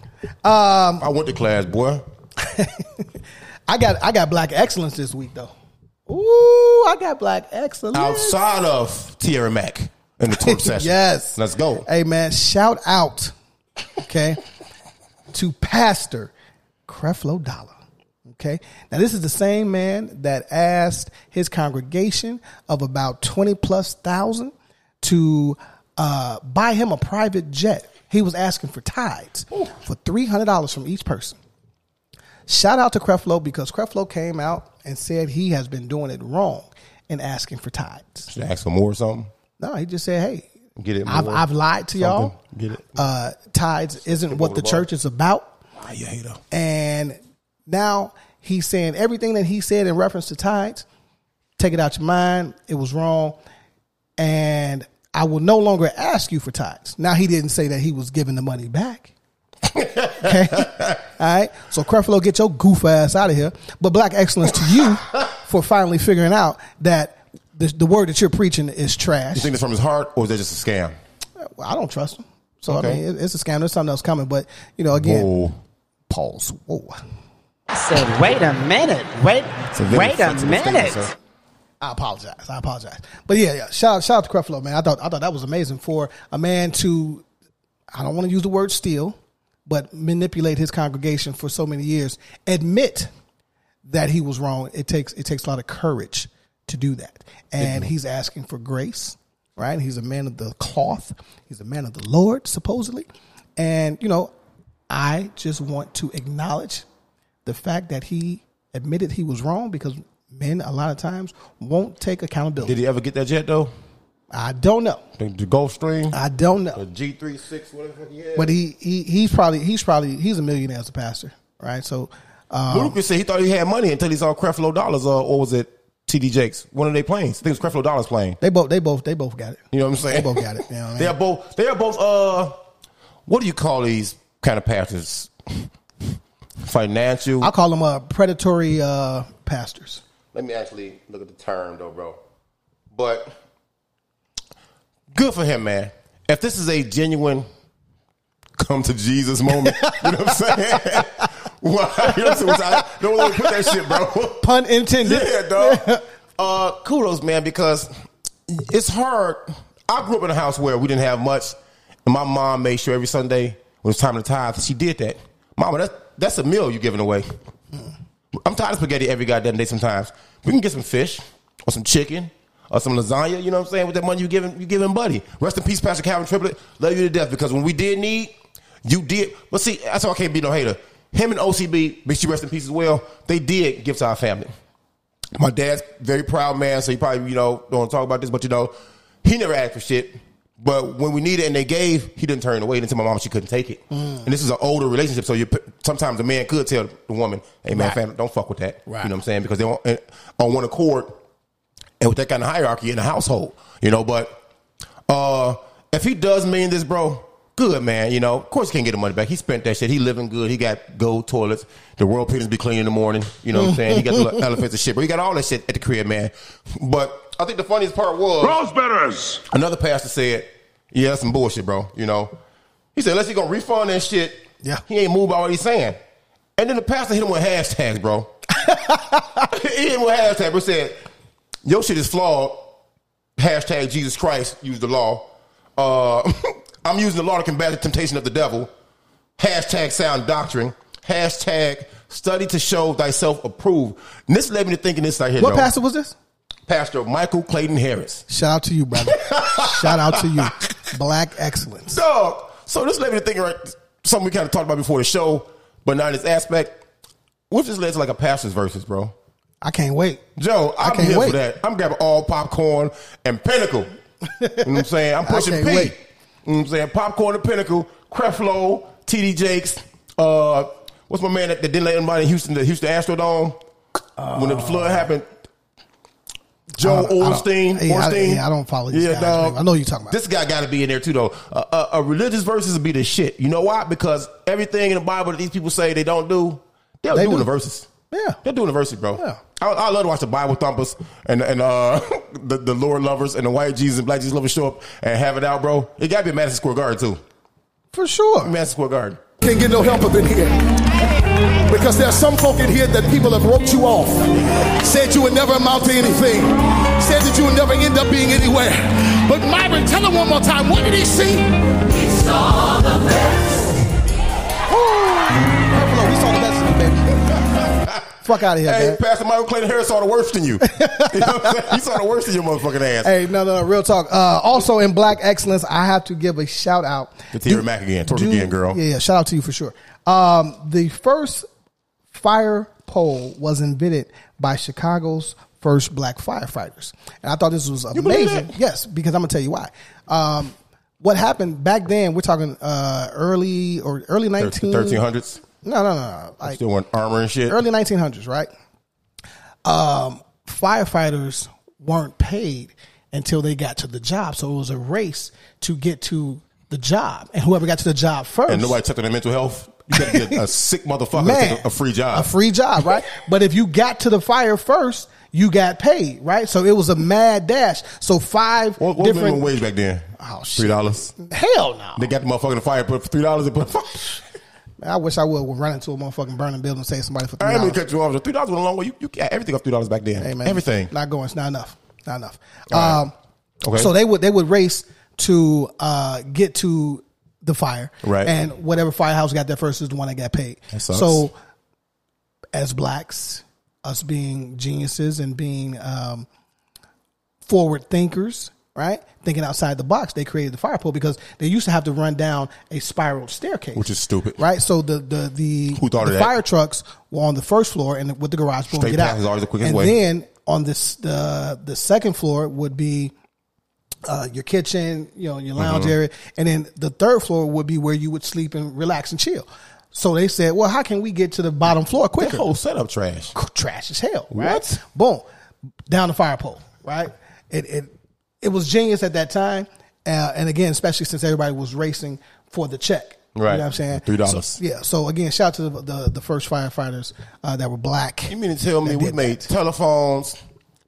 though. I went to class, boy.
I got I got black excellence this week though. Ooh, I got black excellence.
Outside of Tierra Mac in the twerk session.
Yes.
Let's go.
Hey man, shout out, okay, to Pastor Creflo Dollar. Okay, now this is the same man that asked his congregation of about twenty plus thousand to uh, buy him a private jet. He was asking for tides for three hundred dollars from each person. Shout out to Creflo because Creflo came out and said he has been doing it wrong in asking for tides.
Should I ask for more or something?
No, he just said, "Hey,
Get it
I've,
more.
I've lied to y'all.
Something. Get it.
Uh, tides isn't
over
what the
the bar.
church is about,
Ah, you hater.
and now he's saying everything that he said in reference to tides. Take it out your mind. It was wrong, and I will no longer ask you for tides. Now he didn't say that he was giving the money back. okay, all right. So Creflo, get your goof ass out of here. But black excellence to you for finally figuring out that the, the word that you're preaching is trash.
You think that's from his heart, or is that just a scam?
Well, I don't trust him. So I
Okay.
mean, it- it's a scam. There's something else coming, but you know, again,
Whoa.
pause. Whoa,
I said, wait a minute. Wait,
a very
wait a
flexible statement,
minute.
sir.
I apologize. I apologize. But yeah, yeah. Shout shout out to Creflo, man. I thought I thought that was amazing for a man to. I don't want to use the word steal, but manipulate his congregation for so many years. Admit that he was wrong. It takes it takes a lot of courage to do that, and he's asking for grace. Right? He's a man of the cloth. He's a man of the Lord, supposedly, and you know, I just want to acknowledge the fact that he admitted he was wrong because men a lot of times won't take accountability.
Did he ever get that jet though?
I don't know.
The, the Gulf Stream,
I don't know.
the G 36 whatever. the fuck he had.
But Uh, he, he he's probably he's probably he's a millionaire as a pastor, right? So um,
Ludacris said he thought he had money until he saw Creflo Dollars, uh, or was it TD Jakes? One of their planes. I think it was Creflo Dollars plane.
they both they both they both got it.
You know what I'm saying?
They both got it. You know what I mean?
They are both. They are both. Uh, what do you call these kind of pastors? Financial.
I call them uh, predatory uh, pastors.
Let me actually look at the term though, bro. But good for him, man. If this is a genuine come to Jesus moment, you know what I'm saying? Why? You know what I'm saying? Which I don't want to put that shit, bro.
Pun intended.
Yeah, dog. Uh, kudos, man, because it's hard. I grew up in a house where we didn't have much, and my mom made sure every Sunday when it's time to tithe, she did that. Mama, that's that's a meal you're giving away. I'm tired of spaghetti every goddamn day. Sometimes we can get some fish or some chicken or some lasagna. You know what I'm saying? With that money you giving, you giving, buddy. Rest in peace, Pastor Calvin Triplett. Love you to death because when we did need, you did. But see, that's why I can't be no hater. Him and OCB, make sure rest in peace as well. They did give to our family. My dad's very proud man, so he probably you know don't want to talk about this, but you know he never asked for shit. But when we needed and they gave, he didn't turn it away. He didn't tell my mom she couldn't take it.
Mm.
And this is an older relationship, so you p- sometimes the man could tell the woman, "Hey man,
Right.
fam, don't fuck with that."
Right.
You know what I'm saying? Because they want and on one accord, and with that kind of hierarchy in the household, you know. But uh if he does mean this, bro, good man. You know, of course he can't get the money back. He spent that shit. He living good. He got gold toilets. The world penis be clean in the morning. You know what I'm saying? He got the little elephants and shit. But he got all that shit at the crib, man. But I think the funniest part was
Rose bearers.
another pastor said, Yeah, that's some bullshit, bro. You know, he said unless he gonna refund that shit, yeah, he ain't moved by what he's saying. And then the pastor hit him with hashtags, bro. he hit him with hashtags. Bro He said your shit is flawed. Hashtag Jesus Christ used the law. Uh, I'm using the law to combat the temptation of the devil. Hashtag sound doctrine. Hashtag study to show thyself approved. And this led me to thinking this right here.
What
though.
pastor was this?
Pastor Michael Clayton Harris.
Shout out to you, brother. Shout out to you, black excellence.
Dog. So this led me to thinking right something we kind of talked about before the show, but not in this aspect. What if this led to like a pastor's versus, bro?
I can't wait.
Joe,
I
I'm
can't
here
wait.
for that. I'm grabbing all popcorn and pinnacle. you know what I'm saying? I'm
I
pushing
can't
P.
wait.
You know what I'm saying? Popcorn and pinnacle, Creflo, TD Jakes, uh, what's my man that, that didn't let anybody in Houston, the Houston Astrodome? when the flood happened, Joe
Uh, I don't- I don't-
Ornstein.
Yeah, I-
Ornstein.
yeah, I don't follow these guys, man. I know you're talking about.
This guy got to be in there too, though. Uh, a, a religious versus would be the shit. You know why? Because everything in the Bible that these people say they don't do, they'll
They
do,
do.
in the verses.
Yeah,
they're doing the verses, bro.
Yeah.
I, I love to watch the Bible thumpers and and uh, the the Lord lovers and the white Jesus and black Jesus lovers show up and have it out, bro. It got to be Madison Square Garden too,
for sure.
Madison Square Garden.
Can't get no help up in here. Because there's some folk in here that people have roped you off, said you would never amount to anything, said that you would never end up being anywhere. But Myron, tell him one more time, what did he see? He saw the best.
we saw the best of you, baby. Fuck out of here,
Hey,
man.
Pastor Michael Clayton Harris saw the worst in you. you know what I'm saying? He saw the worst in your motherfucking ass.
Hey, no, no, no, real talk. Uh, also, in Black Excellence, I have to give a shout out.
The Terry Mack again, twerk
do-
again, girl.
Yeah, yeah, shout out to you for sure. Um, the first fire pole was invented by Chicago's first black firefighters, and I thought this was
believe
amazing. Yes, because I'm gonna tell you why. Um, what happened back then? We're talking uh, early or early 19
1300s.
No, no, no, no. Like,
Still wearing armor and shit.
early 1900s, right? Um, firefighters weren't paid until they got to the job, so it was a race to get to the job, and whoever got to the job first,
and nobody checked on their mental health. You gotta be a, a sick motherfucker to
Man.
take a, a free job.
a free job, right? but if you got to the fire first, you got paid, right? So it was a mad dash. So five
what what was
different
minimum wage back then?
Oh,
Three dollars.
hell no.
They got the motherfucker in the fire put three dollars and put.
I wish I would, would run into a motherfucking burning building and save somebody for
I
three
ain't mean to
dollars.
cut you off. Three dollars went a long way. You, you got everything up three dollars back then.
Hey, man,
Everything.
not going. It's not enough. Not enough.
All
Um,
Okay.
So they would they would race to uh, get to the fire,
Right.
And whatever firehouse got there first is the one that got paid.
That sucks.
So as blacks, us being geniuses and being um, forward thinkers, right? Thinking outside the box, they created the fire pole because they used to have to run down a spiral staircase,
Which is stupid.
right? So the the the,
Who thought of
the
that?
fire trucks were on the first floor and with the garage floor
Straight
and get
path
out
is always the quickest
and
way.
then on this the the second floor would be uh, your kitchen, you know, your lounge
Mhm.
Mm-hmm.
area, and then the third floor would be where you would sleep and relax and chill. So they said, "Well, how can we get to the bottom floor quicker?"
That whole setup trash.
trash as hell.
What?
Right? Boom, down the fire pole. Right? It it it was genius at that time, uh, and again, especially since everybody was racing for the check.
Right.
You know what I'm saying?
$3.
So- yeah. So again, shout out to the the, the first firefighters uh, that were black.
You mean to tell me we made telephones,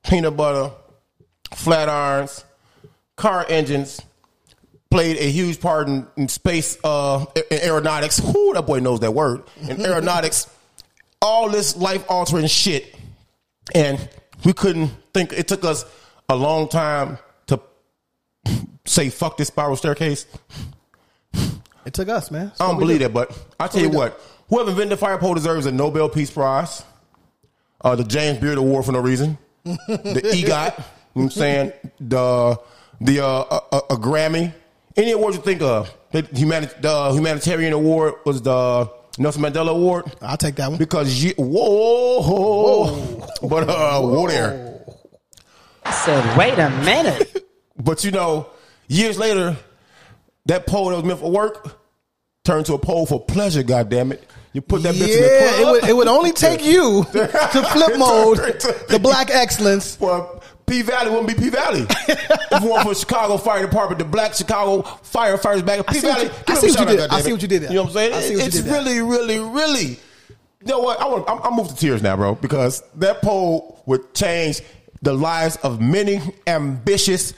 peanut butter, flat irons, car engines, played a huge part in, in space uh, a- a- aeronautics. Who that boy knows that word? In aeronautics, all this life altering shit, and we couldn't think. It took us a long time to say "fuck this spiral staircase."
It took us, man. That's
I
what
don't
we
believe
do.
that, but I tell you
we do.
what, whoever invented the fire pole deserves a Nobel Peace Prize, uh, the James Beard Award for no reason, the EGOT. you know what I'm saying the the uh, a, a- a Grammy, any award you think of. The, humani- the humanitarian award was the Nelson Mandela Award.
I'll take that one
because you whoa, but uh, whoa there.
I said, wait a minute.
But you know, years later, that pole that was meant for work turned to a pole for pleasure. God damn it! You put that bitch in
Yeah,
the
it
club.
would, it would only take you to flip mode the black excellence.
Well, P Valley wouldn't be P Valley. if it weren't for Chicago Fire Department, the black Chicago firefighters back
I
P
see what
Valley.
you- I see what you did. I see what you did there.
You know what I'm saying?
I see what you
it's
did there.
really, really, really. You know what? I want. I'm, I'm moved to tears now, bro, because that poll would change the lives of many ambitious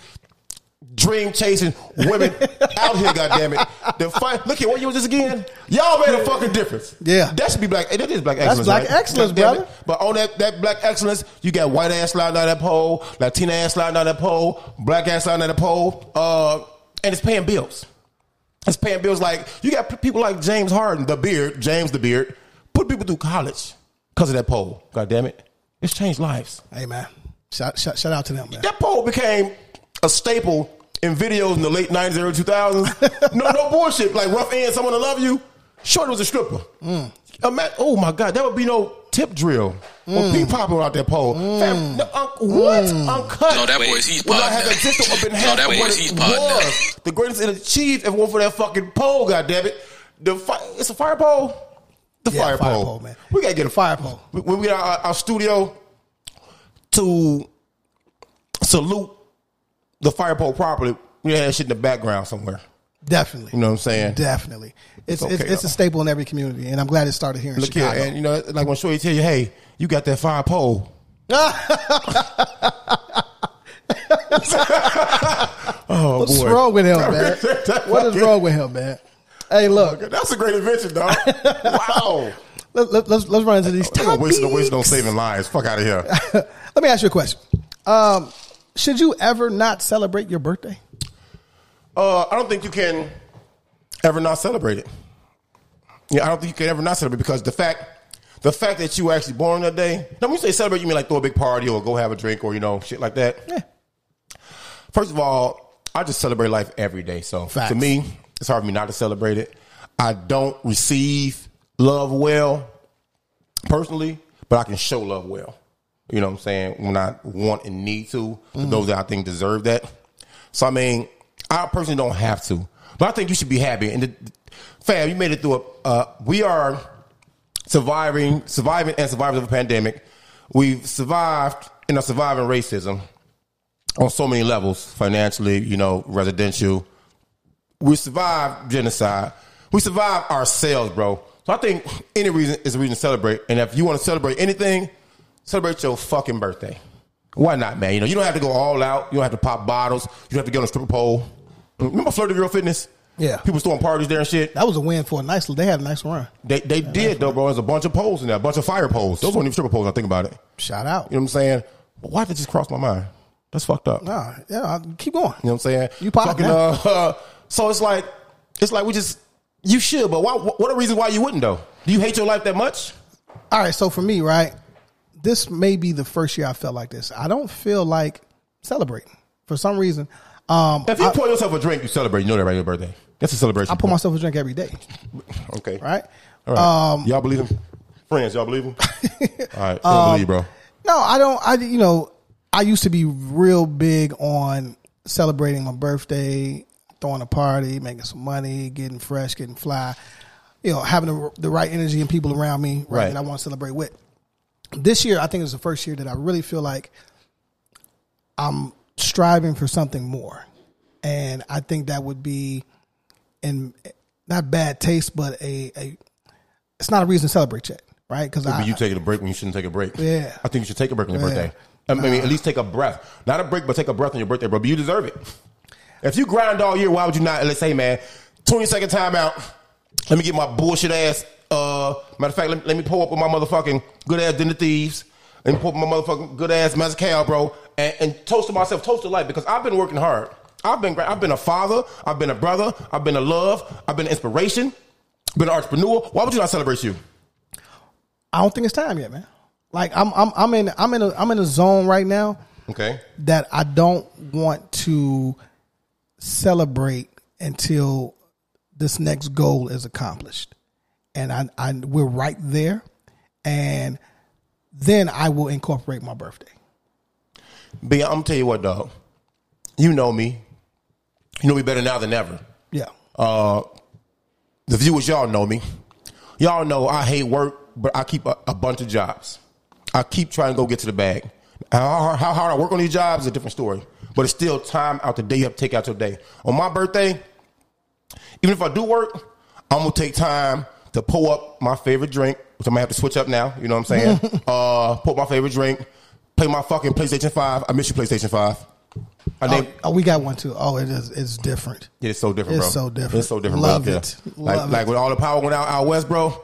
dream chasing women out here, goddammit. The fine, look here, what year was this again? Y'all made a fucking difference.
Yeah.
That should be black. That is black
That's
excellence.
black
right?
excellence,
Goddammit.
brother.
But on that, that black excellence, you got white ass sliding down that pole, Latina ass sliding down that pole, black ass sliding down that pole, uh, and it's paying bills. It's paying bills like you got p- people like James Harden, the beard, James the beard, put people through college because of that poll. God damn it. It's changed lives.
Hey man, shout, shout, shout out to them, man.
That poll became a staple in videos in the late 90s, early 2000s. no, no bullshit. Like rough end, someone to love you. Shorty was a stripper.
Mm.
Ima- oh my God, that would be no tip drill
Mm.
or pee popping out that pole. Fam, no, un- what? Uncut.
No, that boy's he's
Would not
pod
have
now.
existed or been
No,
half
that
of what
boy's
it
he's pod now.
was. The greatest it achieved if it weren't for that fucking pole, God damn it. The fi- it's a fire pole. The
Yeah,
fire,
fire
pole.
pole, man.
We gotta get a
fire pole.
When we get our, our studio to salute the fire pole properly, we had that shit in the background somewhere.
Definitely.
You know what I'm saying?
Definitely. It's
It's
it's,
okay,
it's a
though.
staple in every community, and I'm glad it started here in
Look here,
Chicago.
and you know, like when Shorty tell you, "Hey, you got that fire pole." oh
What's
boy,
wrong with him, man? what is wrong with him, man?
Oh,
Hey, look.
That's a great invention, dog. Wow.
Let, let, let's let's run into these
We're gonna waste,
topics.
waste no saving lives. Fuck out of here.
Let me ask you a question. Um, should you ever not celebrate your birthday?
Uh, I don't think you can ever not celebrate it. Yeah, I don't think you can ever not celebrate because the fact, the fact that you were actually born that day. Now, when you say celebrate, you mean like throw a big party or go have a drink or you know shit like that. Yeah. First of all, I just celebrate life every day. So
Facts.
to me, it's hard for me not to celebrate it. I don't receive love well personally, but I can show love well. You know what I'm saying? When I want and need to, to those that I think deserve that. So I mean, I personally don't have to, but I think you should be happy. And the, fam, you made it through a. Uh, we are surviving, surviving, and survivors of a pandemic. We've survived and are surviving racism on so many levels, financially, you know, residential. We survived genocide. We survived ourselves, bro. So I think any reason is a reason to celebrate. And if you want to celebrate anything, celebrate your fucking birthday. Why not, man? You know, you don't have to go all out. You don't have to pop bottles. You don't have to get on a stripper pole. Remember Flirt of Girl Fitness?
Yeah.
People was throwing parties there and shit.
That was a win for a nice. They had a nice run.
They they did though, bro. There's a bunch of poles in there, a bunch of fire poles. Those weren't even stripper poles. I think about it.
Shout out.
You know what I'm saying? But why did it just cross my mind? That's fucked up.
Nah, yeah, I- keep going.
You know what I'm saying?
You pop
Fucking,
now.
uh, so it's like it's like we just you should, but why? What a reason why you wouldn't though? Do you hate your life that much?
All right, so for me, right, this may be the first year I felt like this. I don't feel like celebrating for some reason. Um,
If you
I-
pour yourself a drink, you celebrate. You know that right? Your birthday. That's a celebration.
I pour myself a drink every day.
Okay.
Right. Um,
All right. y'all believe him? Friends, y'all believe him? All right. Don't believe, bro.
No, I don't. I you know, I used to be real big on celebrating my birthday, throwing a party, making some money, getting fresh, getting fly. You know, having the, the right energy and people around me, right,
Right.
That I want to celebrate with. This year, I think it was the first year that I really feel like I'm striving for something more, and I think that would be in not bad taste, but a a it's not a reason to celebrate yet, right? Because
But you taking a break when you shouldn't take a break.
Yeah.
I think you should take a break on your
Yeah.
birthday. I mean, at least take a breath. Not a break, but take a breath on your birthday, bro. But you deserve it. If you grind all year, why would you not? Let's say, man, 20 second time out. Let me get my bullshit ass. Uh, matter of fact, let, let me pull up with my motherfucking good ass dinner thieves. Let me pull up with my motherfucking good ass mezcal, bro, and, and toast to myself, toast to life because I've been working hard. I've been, gra- I've been a father. I've been a brother. I've been a love. I've been an inspiration. Been an entrepreneur. Why would you not celebrate you?
I don't think it's time yet, man. Like I'm I'm I'm in I'm in a I'm in a zone right now
Okay.
that I don't want to celebrate until this next goal is accomplished. And I, I we're right there and then I will incorporate my birthday.
B, I'm gonna tell you what, dog. You know me. You know me better now than ever.
Yeah.
Uh, the viewers, y'all know me. Y'all know I hate work, but I keep a, a bunch of jobs. I keep trying to go get to the bag. How, hard- how hard I work on these jobs is a different story, but it's still time out the day you have to take out your day. On my birthday, even if I do work, I'm gonna take time to pull up my favorite drink, which I'm gonna have to switch up now. You know what I'm saying? uh, pull up my favorite drink, play my fucking PlayStation Five. I miss you, PlayStation Five. Are they-
oh, oh, we got one too. Oh, it is. It's different.
Yeah, it's so different,
It's
bro.
so different.
It's so different,
Love
bro. Yeah.
it.
Like,
Love
like
it.
when all the power went out out west, bro,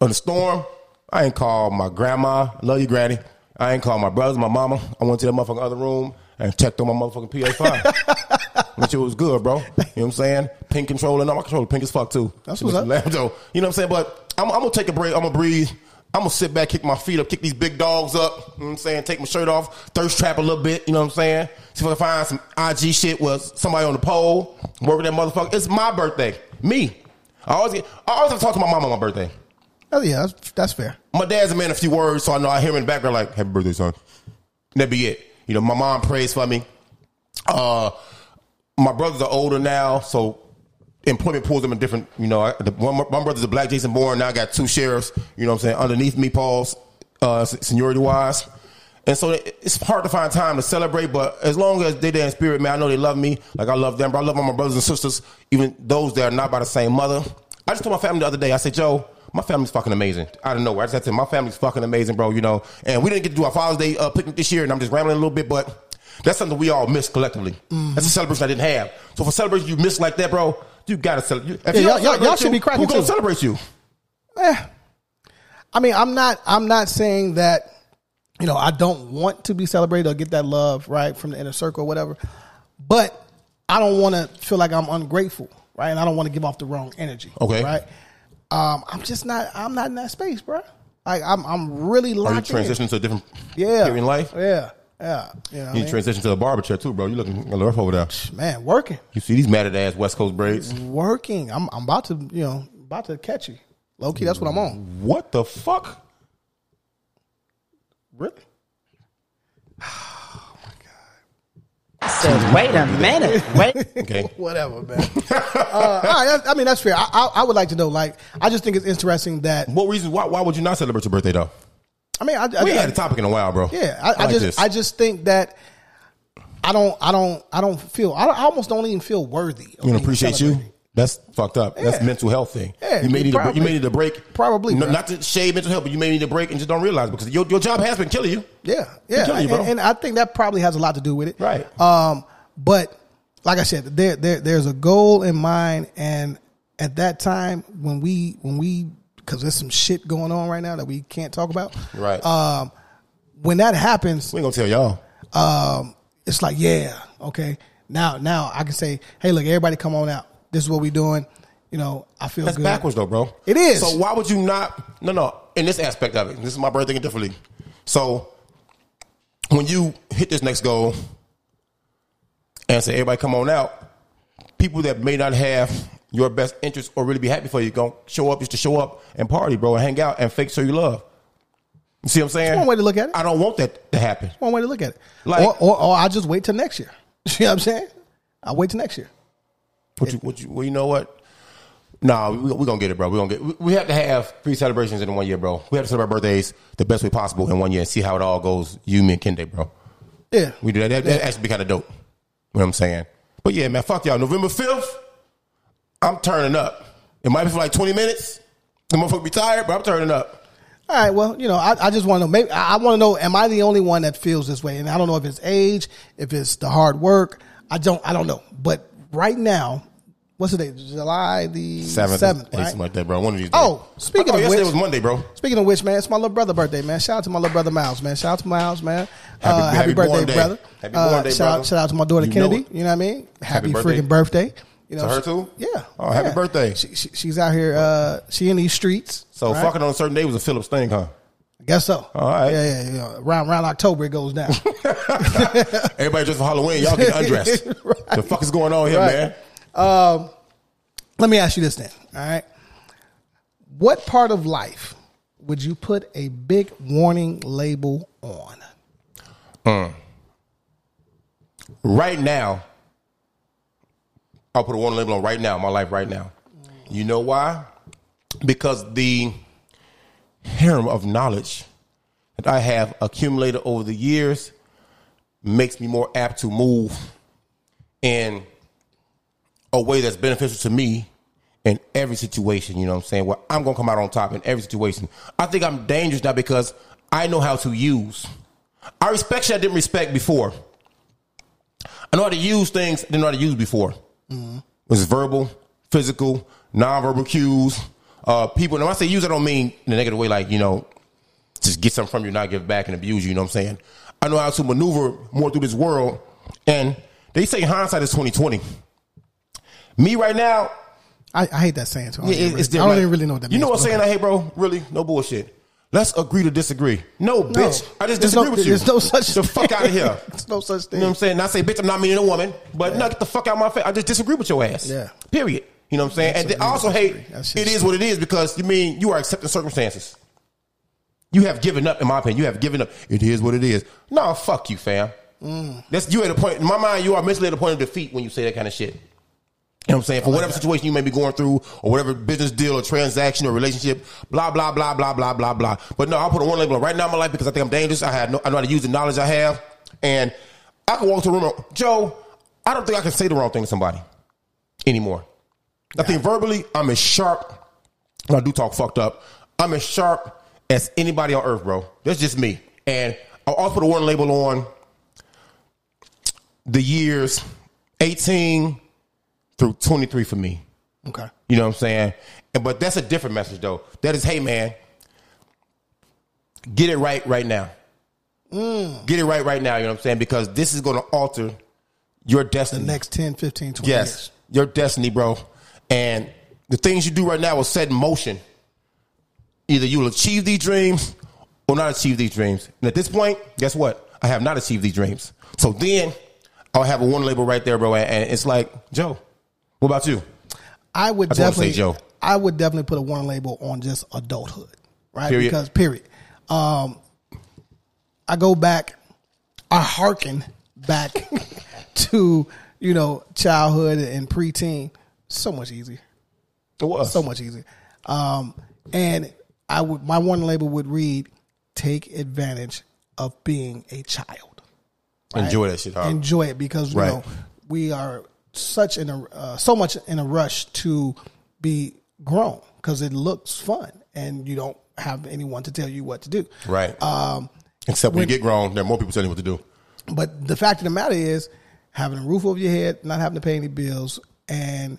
on the storm, I ain't called my grandma. Love you, granny. I ain't called my brothers, my mama. I went to the motherfucking other room and checked on my motherfucking PS5. Which it was good, bro. You know what I'm saying? Pink controller. No, my controller pink as fuck, too.
That's
She
what's
looks
up.
Lando. You know what I'm saying? But I'm, I'm going to take a break. I'm going to breathe. I'm going to sit back, kick my feet up, kick these big dogs up. You know what I'm saying? Take my shirt off, thirst trap a little bit. You know what I'm saying? See if I can find some IG shit with somebody on the pole, working that motherfucker. It's my birthday. Me. I always get, I always have to talk to my mom on my birthday.
Oh yeah, that's, that's fair.
My dad's a man of few words, so I know I hear him in the background like, "Happy birthday, son." And That'd be it. You know, my mom prays for me. Uh, my brothers are older now, so employment pulls them in different. You know, I, the, one, one brother's a black Jason Bourne. Now I got two sheriffs. You know what I'm saying? Underneath me, Paul's uh, se- seniority wise, and so it- it's hard to find time to celebrate. But as long as they're there in spirit, man, I know they love me like I love them. But I love all my brothers and sisters, even those that are not by the same mother. I just told my family the other day. I said, "Joe, my family's fucking amazing." Out of nowhere, I just had to. say, My family's fucking amazing, bro. You know, and we didn't get to do our Father's Day uh, picnic this year, and I'm just rambling a little bit, but. That's something we all miss collectively.
Mm-hmm.
That's a celebration I didn't have. So for celebration you miss like that, bro, you gotta celebrate.
Yeah, y'all- y'all- y'all should be cracking
Who gonna
too.
celebrate you?
Eh. I mean, I'm not. I'm not saying that. You know, I don't want to be celebrated or get that love right from the inner circle, or whatever. But I don't want to feel like I'm ungrateful, right? And I don't want to give off the wrong energy.
Okay.
right? Um, I'm just not. I'm not in that space, bro. Like I'm. I'm really
Are you
locked in.
transitioning to a different
Yeah.
period in life?
Yeah, yeah, yeah.
You transition to a barber chair too, bro. You looking a little rough over there.
Man, working,
You see these matted ass West Coast braids.
working. I'm. I'm about to. You know, about to catch you, low key. That's what I'm on.
What the fuck? Really?
Says, wait a minute. Wait.
Okay.
Whatever, man. uh, all right, that's- I mean, that's fair. I, I, I would like to know. Like, I just think it's interesting that.
What reason? Why? Why would you not celebrate your birthday though?
I mean, I, I,
We ain't had a topic in a while, bro.
Yeah, I, I,
like
just,
this.
I just think that. I don't, I don't, I don't feel. I, don't- I almost don't even feel worthy. of
You gonna
being
appreciate you. That's fucked up. That's mental health thing.
Yeah,
you may need a,
probably.
you may need a break.
Probably,
No,
bro.
not to shade mental health, but you may need a break and just don't realize it because your, your job has been killing you.
Yeah,
They
yeah,
killing you, bro.
And, and I think that probably has a lot to do with it,
Right.
Um, but like I said, there, there, there's a goal in mind, and at that time when we, when we, because there's some shit going on right now that we can't talk about,
Right.
Um, when that happens,
we ain't gonna tell
y'all. Um, it's like, yeah, okay. Now, now I can say, hey, look, everybody, come on out. This is what we're doing. You know, I feel
That's
good.
backwards though, bro.
It is.
So why would you not? No, no. In this aspect of it, this is my birthday thinking differently. So when you hit this next goal and say everybody come on out, people that may not have your best interest or really be happy for you gonna show up just to show up and party, bro, and hang out and fake show you love. You see what I'm saying?
one way to look at it.
I don't want that to happen.
One way to look at it.
Like-
or, or, or I just wait till next year. you know what I'm saying? I wait till next year.
What you, what you, well, you know what? Nah, we're we gonna get it, bro. We're gonna get. We, we have to have three celebrations in one year, bro. We have to celebrate birthdays the best way possible in one year and see how it all goes. You, me, and Kende, bro.
Yeah.
We do that. That, that actually be kind of dope. You know what I'm saying? But yeah, man, fuck y'all. November 5th, I'm turning up. It might be for like 20 minutes. The motherfucker be tired, but I'm turning up.
All right. Well, you know, I, I just want to know. Maybe I, I want to know. Am I the only one that feels this way? And I don't know if it's age, if it's the hard work. I don't. I don't know. But right now, what's the date? July the
Seventh,
seventh.
eighth,
right?
something like that, bro. One of these. days.
Oh, speaking
I thought
of
yesterday
which,
was Monday, bro.
Speaking of which, man, it's my little brother birthday, man. Shout out to my little brother Miles, man. Shout out to Miles, man.
Happy-
uh, happy,
happy
birthday,
born day.
brother.
Happy
uh,
born day,
shout,
brother.
Out, shout out to my daughter
You know
Kennedy.
it.
you know what I mean? Happy,
Happy birthday.
freaking birthday. You know,
To her
she-
too?
Yeah.
Oh, happy
yeah.
birthday.
She, she, she's out here. Uh, she in these streets.
So
right?
fucking on a certain day was a Phillips thing, huh?
Guess so.
All right.
Yeah, yeah, yeah. Around, around October, it goes down.
Everybody dressed for Halloween. Y'all get undressed. The fuck is going on here,
Right.
man?
Um, let me ask you this then. All right. What part of life would you put a big warning label on?
Mm. Right now, I'll put a warning label on right now, my life right now. You know why? Because the harem of knowledge that I have accumulated over the years makes me more apt to move in a way that's beneficial to me in every situation. You know what I'm saying? Where I'm gonna come out on top in every situation. I think I'm dangerous now because I know how to use. I respect shit I didn't respect before. I know how to use things I didn't know how to use before.
Mm-hmm.
It was verbal, physical, nonverbal cues. Uh, people, and when I say use, I don't mean in a negative way, like, you know, just get something from you, not give back and abuse you, you know what I'm saying? I know how to maneuver more through this world. And they say hindsight is 2020. Me right now,
I, I hate that saying too. I don't,
yeah,
even Oh,
it-
really,
it's
I
different.
don't even really know what that
You
means.
know what
but
I'm saying?
okay.
Like, hey, bro, really? No bullshit. Let's agree to disagree. No, bitch. I
There's
just disagree
no-
with you.
There's no such
The fuck out of here.
There's no such
You
thing.
know what I'm saying? Not say, bitch, I'm not meaning a woman, but no, get the fuck out of my face. I just disagree with your ass.
Yeah.
Period. You know what I'm saying? and then I also hate it is what it is because you mean you are accepting circumstances. You have given up, in my opinion. You have given up. It is what it is. No, fuck you, fam. That's you at a point in my mind. You are mentally at a point of defeat when you say that kind of shit. You know what I'm saying? For whatever situation you may be going through, or whatever business deal or transaction or relationship, blah blah blah blah blah blah blah. But no, I'll put a one label on right now in my life because I think I'm dangerous. I have no, I know how to use the knowledge I have, and I can walk to a room. and- Joe, I don't think I can say the wrong thing to somebody anymore. I think verbally, I'm as sharp. When I do talk fucked up, I'm as sharp as anybody on earth, bro. That's just me. And I'll also put a warning label on the years 18 through 23 for me.
Okay.
You know what I'm saying? And, but that's a different message, though. That is, hey, man, get it right right now. Get it right right now, you know what I'm saying? Because this is going to alter your destiny.
next 10, 15, 20
Yes,
years.
your destiny, bro. And the things you do right now will set in motion. Either you'll achieve these dreams or not achieve these dreams. And at this point, guess what? I have not achieved these dreams. So then I'll have a one label right there, bro. And, and it's like, Joe, what about you?
I would
I just wanna say
definitely
Joe.
I would definitely put a warning label on just adulthood, right?
Period.
Because period. Um, I go back, I hearken back to you know childhood and preteen. So much easier.
It was
so much easier. Um, and I would my warning label would read: Take advantage of being a child. Right?
Enjoy that shit, huh?
Enjoy it because you
Uh, Right.
know we are such in a uh, so much in a rush to be grown because it looks fun and you don't have anyone to tell you what to do.
Right.
Um,
Except when,
when-
you get grown, there are more people telling you what to do.
But the fact of the matter is, having a roof over your head, not having to pay any bills, and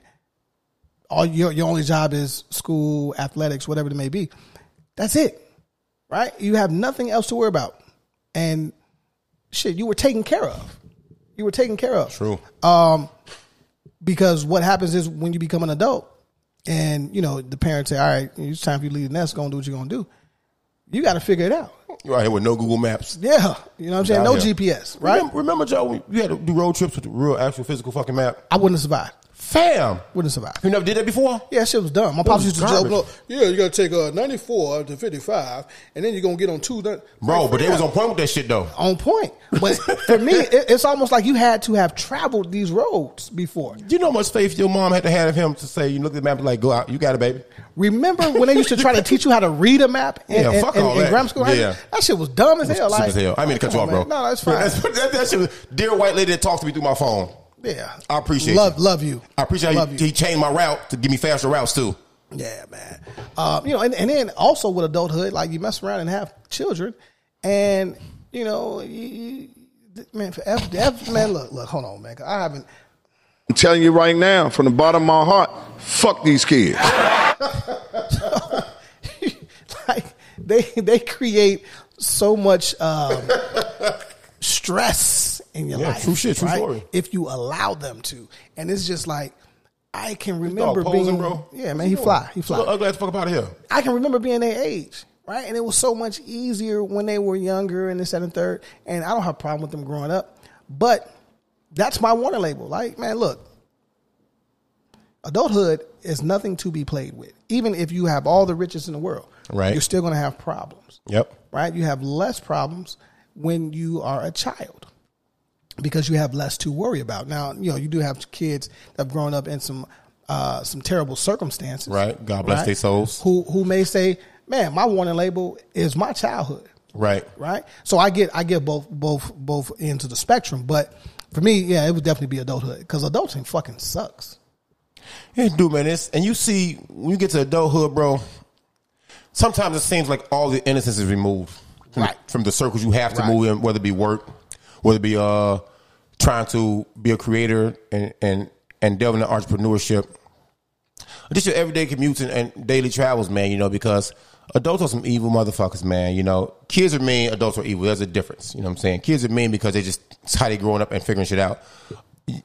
all your your only job is school, athletics, whatever it may be. That's it, right? You have nothing else to worry about, and shit, you were taken care of. You were taken care of.
True.
Um, because what happens is when you become an adult, and you know the parents say, "All right, it's time for you to leave the nest. Go and do what you're gonna do." You got to figure it out.
You're out here with no Google Maps.
Yeah, you know what I'm saying.
Down
No
here.
GPS, right?
Remember, remember, Joe, when you had to do road trips with the real, actual, physical fucking map.
I wouldn't have survived.
Fam,
Wouldn't survive.
you never did that before.
Yeah, shit was dumb. My pops used to joke,
garbage.
look, yeah, you got to take uh, 94 to 55, and then you're going to get on two. Bro,
Bro, but they was on point with that shit though.
On point. But for me, it, it's almost like you had to have traveled these roads before.
You know how much faith your mom had to have in him to say, you look at the map and like, go out, you got it, baby.
Remember when they used to try to teach you how to read a map in,
Yeah,
in-
fuck
in-
all
in
that.
grammar school? Right?
Yeah.
That shit was dumb as hell.
Stupid
Like,
as hell. I mean to cut you
come
off, bro.
on, man. No, that's fine.
that, that, shit was, dear white lady that talked to me through my phone.
yeah.
I appreciate
love,
you.
Love you.
I appreciate how
Love
you,
you.
he changed my route to give me faster routes too.
Yeah, man. Um, you know, and, and then also with adulthood, like you mess around and have children, and you know, you, you, man, for F, F, man, look, look, hold on, man. 'cause I haven't.
I'm telling you right now, from the bottom of my heart, fuck these kids.
like they they create so much um, stress in your
Yeah,
life.
true shit, true
right?
story.
If you allow them to, and it's just like I can
Dog
remember
posing,
being,
bro.
yeah, man, he fly, he fly.
Look ugly as fuck up out of here.
I can remember being their age, right? And it was so much easier when they were younger and this that, and third. And I don't have a problem with them growing up, but that's my warning label. Like, man, look, adulthood is nothing to be played with. Even if you have all the riches in the world,
Right.
You're still going to have problems,
Yep.
right? You have less problems when you are a child because you have less to worry about. Now, you know, you do have kids that have grown up in some uh, some terrible circumstances.
Right. God bless
right?
their souls.
Who who may say, "Man, my warning label is my childhood."
Right.
Right? So I get I get both both both ends of the spectrum, but for me, yeah, it would definitely be adulthood cuz adulting fucking sucks.
Yeah, dude, man. It's, and you see, when you get to adulthood, bro, sometimes it seems like all the innocence is removed from,
Right.
from the circles you have to move in, whether it be work, whether it be uh, trying to be a creator and and and delving into entrepreneurship. Just your everyday commutes and, and daily travels, man. You know because adults are some evil motherfuckers, man. You know kids are mean, adults are evil. There's a difference. You know what I'm saying? Kids are mean because they just it's how they growing up and figuring shit out.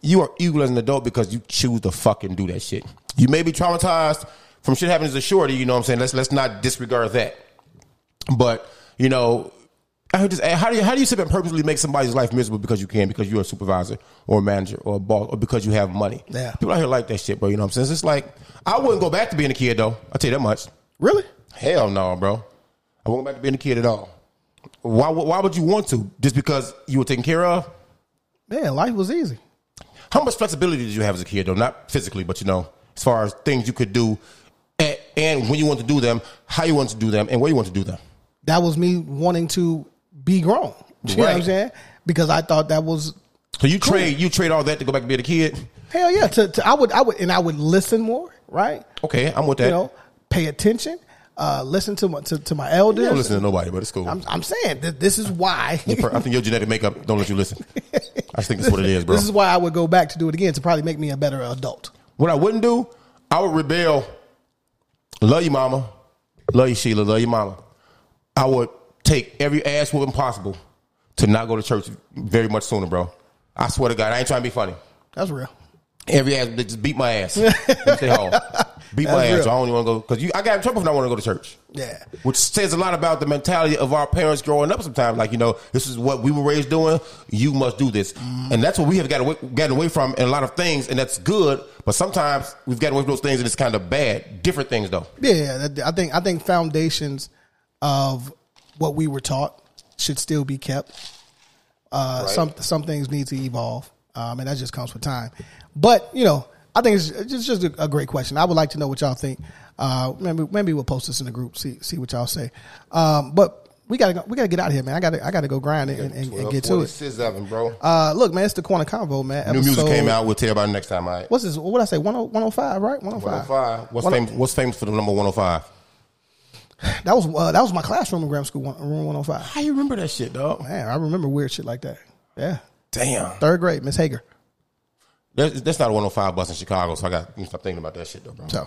You are evil as an adult because you choose to fucking do that shit. You may be traumatized from shit happening as a shorty. You know what I'm saying? Let's let's not disregard that. But you know, I would just ask, how do you how do you sit and purposely make somebody's life miserable because you can because you're a supervisor or a manager or a boss or because you have money?
Yeah.
people out here like that shit, bro. You know what I'm saying? It's just like I wouldn't go back to being a kid though. I'll tell you that much.
Really?
Hell no, bro. I won't go back to being a kid at all. Why? would- Why would you want to? Just because you were taken care of?
Man, life was easy.
How much flexibility did you have as a kid though? Not physically, but you know, as far as things you could do, and, and when you want to do them, how you want to do them, and where you want to do them.
That was me wanting to be grown. You know what I'm
Right.
saying? Because I thought that was
So you trade you trade all that to go back and be a kid.
hell yeah. To, to I would I would and I would listen more, right?
Okay, I'm with that.
You know, pay attention, uh, listen to my to, to my elders.
You don't listen to nobody, but it's cool.
I'm, I'm saying that this is why.
Your per- I think your genetic makeup don't let you listen. I just think that's what it is, bro.
This is why I would go back to do it again to probably make me a better adult.
what I wouldn't do, I would rebel. Love you, mama. Love you, Sheila. Love you, mama. I would take every ass whooping possible to not go to church very much sooner, bro. I swear to God, I ain't trying to be funny.
That's real.
Every ass, they just beat my ass. Let me stay home. Beat my
That's
ass.
real.
I only want to go because I got in trouble for not wanting to go to church.
Yeah.
which says a lot about the mentality of our parents growing up. Sometimes, like you know, this is what we were raised doing. You must do this,
Mm.
and that's what we have gotten away, gotten away from in a lot of things, and that's good. But sometimes we've gotten away from those things, and it's kind of bad. Different things, though.
Yeah, yeah, that- I think I think foundations of what we were taught should still be kept. Uh,
Right.
Some some things need to evolve, um, and that just comes with time. But you know, I think it's, it's just a, a great question. I would like to know what y'all think. Uh, maybe maybe we'll post this in the group. See see what y'all say. Um, but we gotta go, we gotta get out of here, man. I gotta I gotta go grind it and, and, and get to it.
bro.
Uh, look, man, it's the corner convo, man.
New music
Episode-
came out. We'll tell you about it next time. All right.
What's this? What would I say? oh, 10- 105, right? 105.
What's
One- oh
famous? What's famous for the number one hundred five?
That was uh, that was my classroom in grammar school, one, room 105. How
you remember that shit, dog?
Man, I remember weird shit like that. Yeah.
Damn.
Third grade, Miss Hager.
That's, that's not a one hundred five bus in Chicago, so I got to stop thinking about that shit, though, bro. So,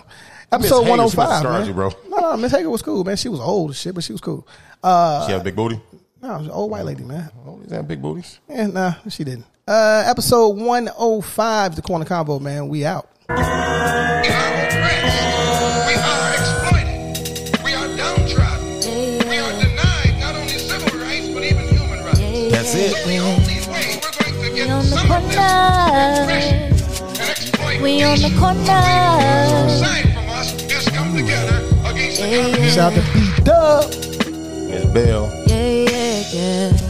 Episode 105. man.
bro.
No, no, Miss Hager was cool, man. She was old as shit, but she was cool. Uh,
She had a big booty.
no, it was an old white lady, man.
Oh, is that big booties?
Yeah, nah, she didn't. Uh, episode 105, The Corner Combo, man. We out.
We are exploited. We are downtrodden. We are denied not only civil rights, but even human rights.
That's it.
We're the only way we're going to get some of this oppression and exploitation.
We on the corner.
Aside from us, just come together against the
Yeah, yeah.
government.
Shout out to B Dub.
Miss Bell.
Yeah, yeah, yeah.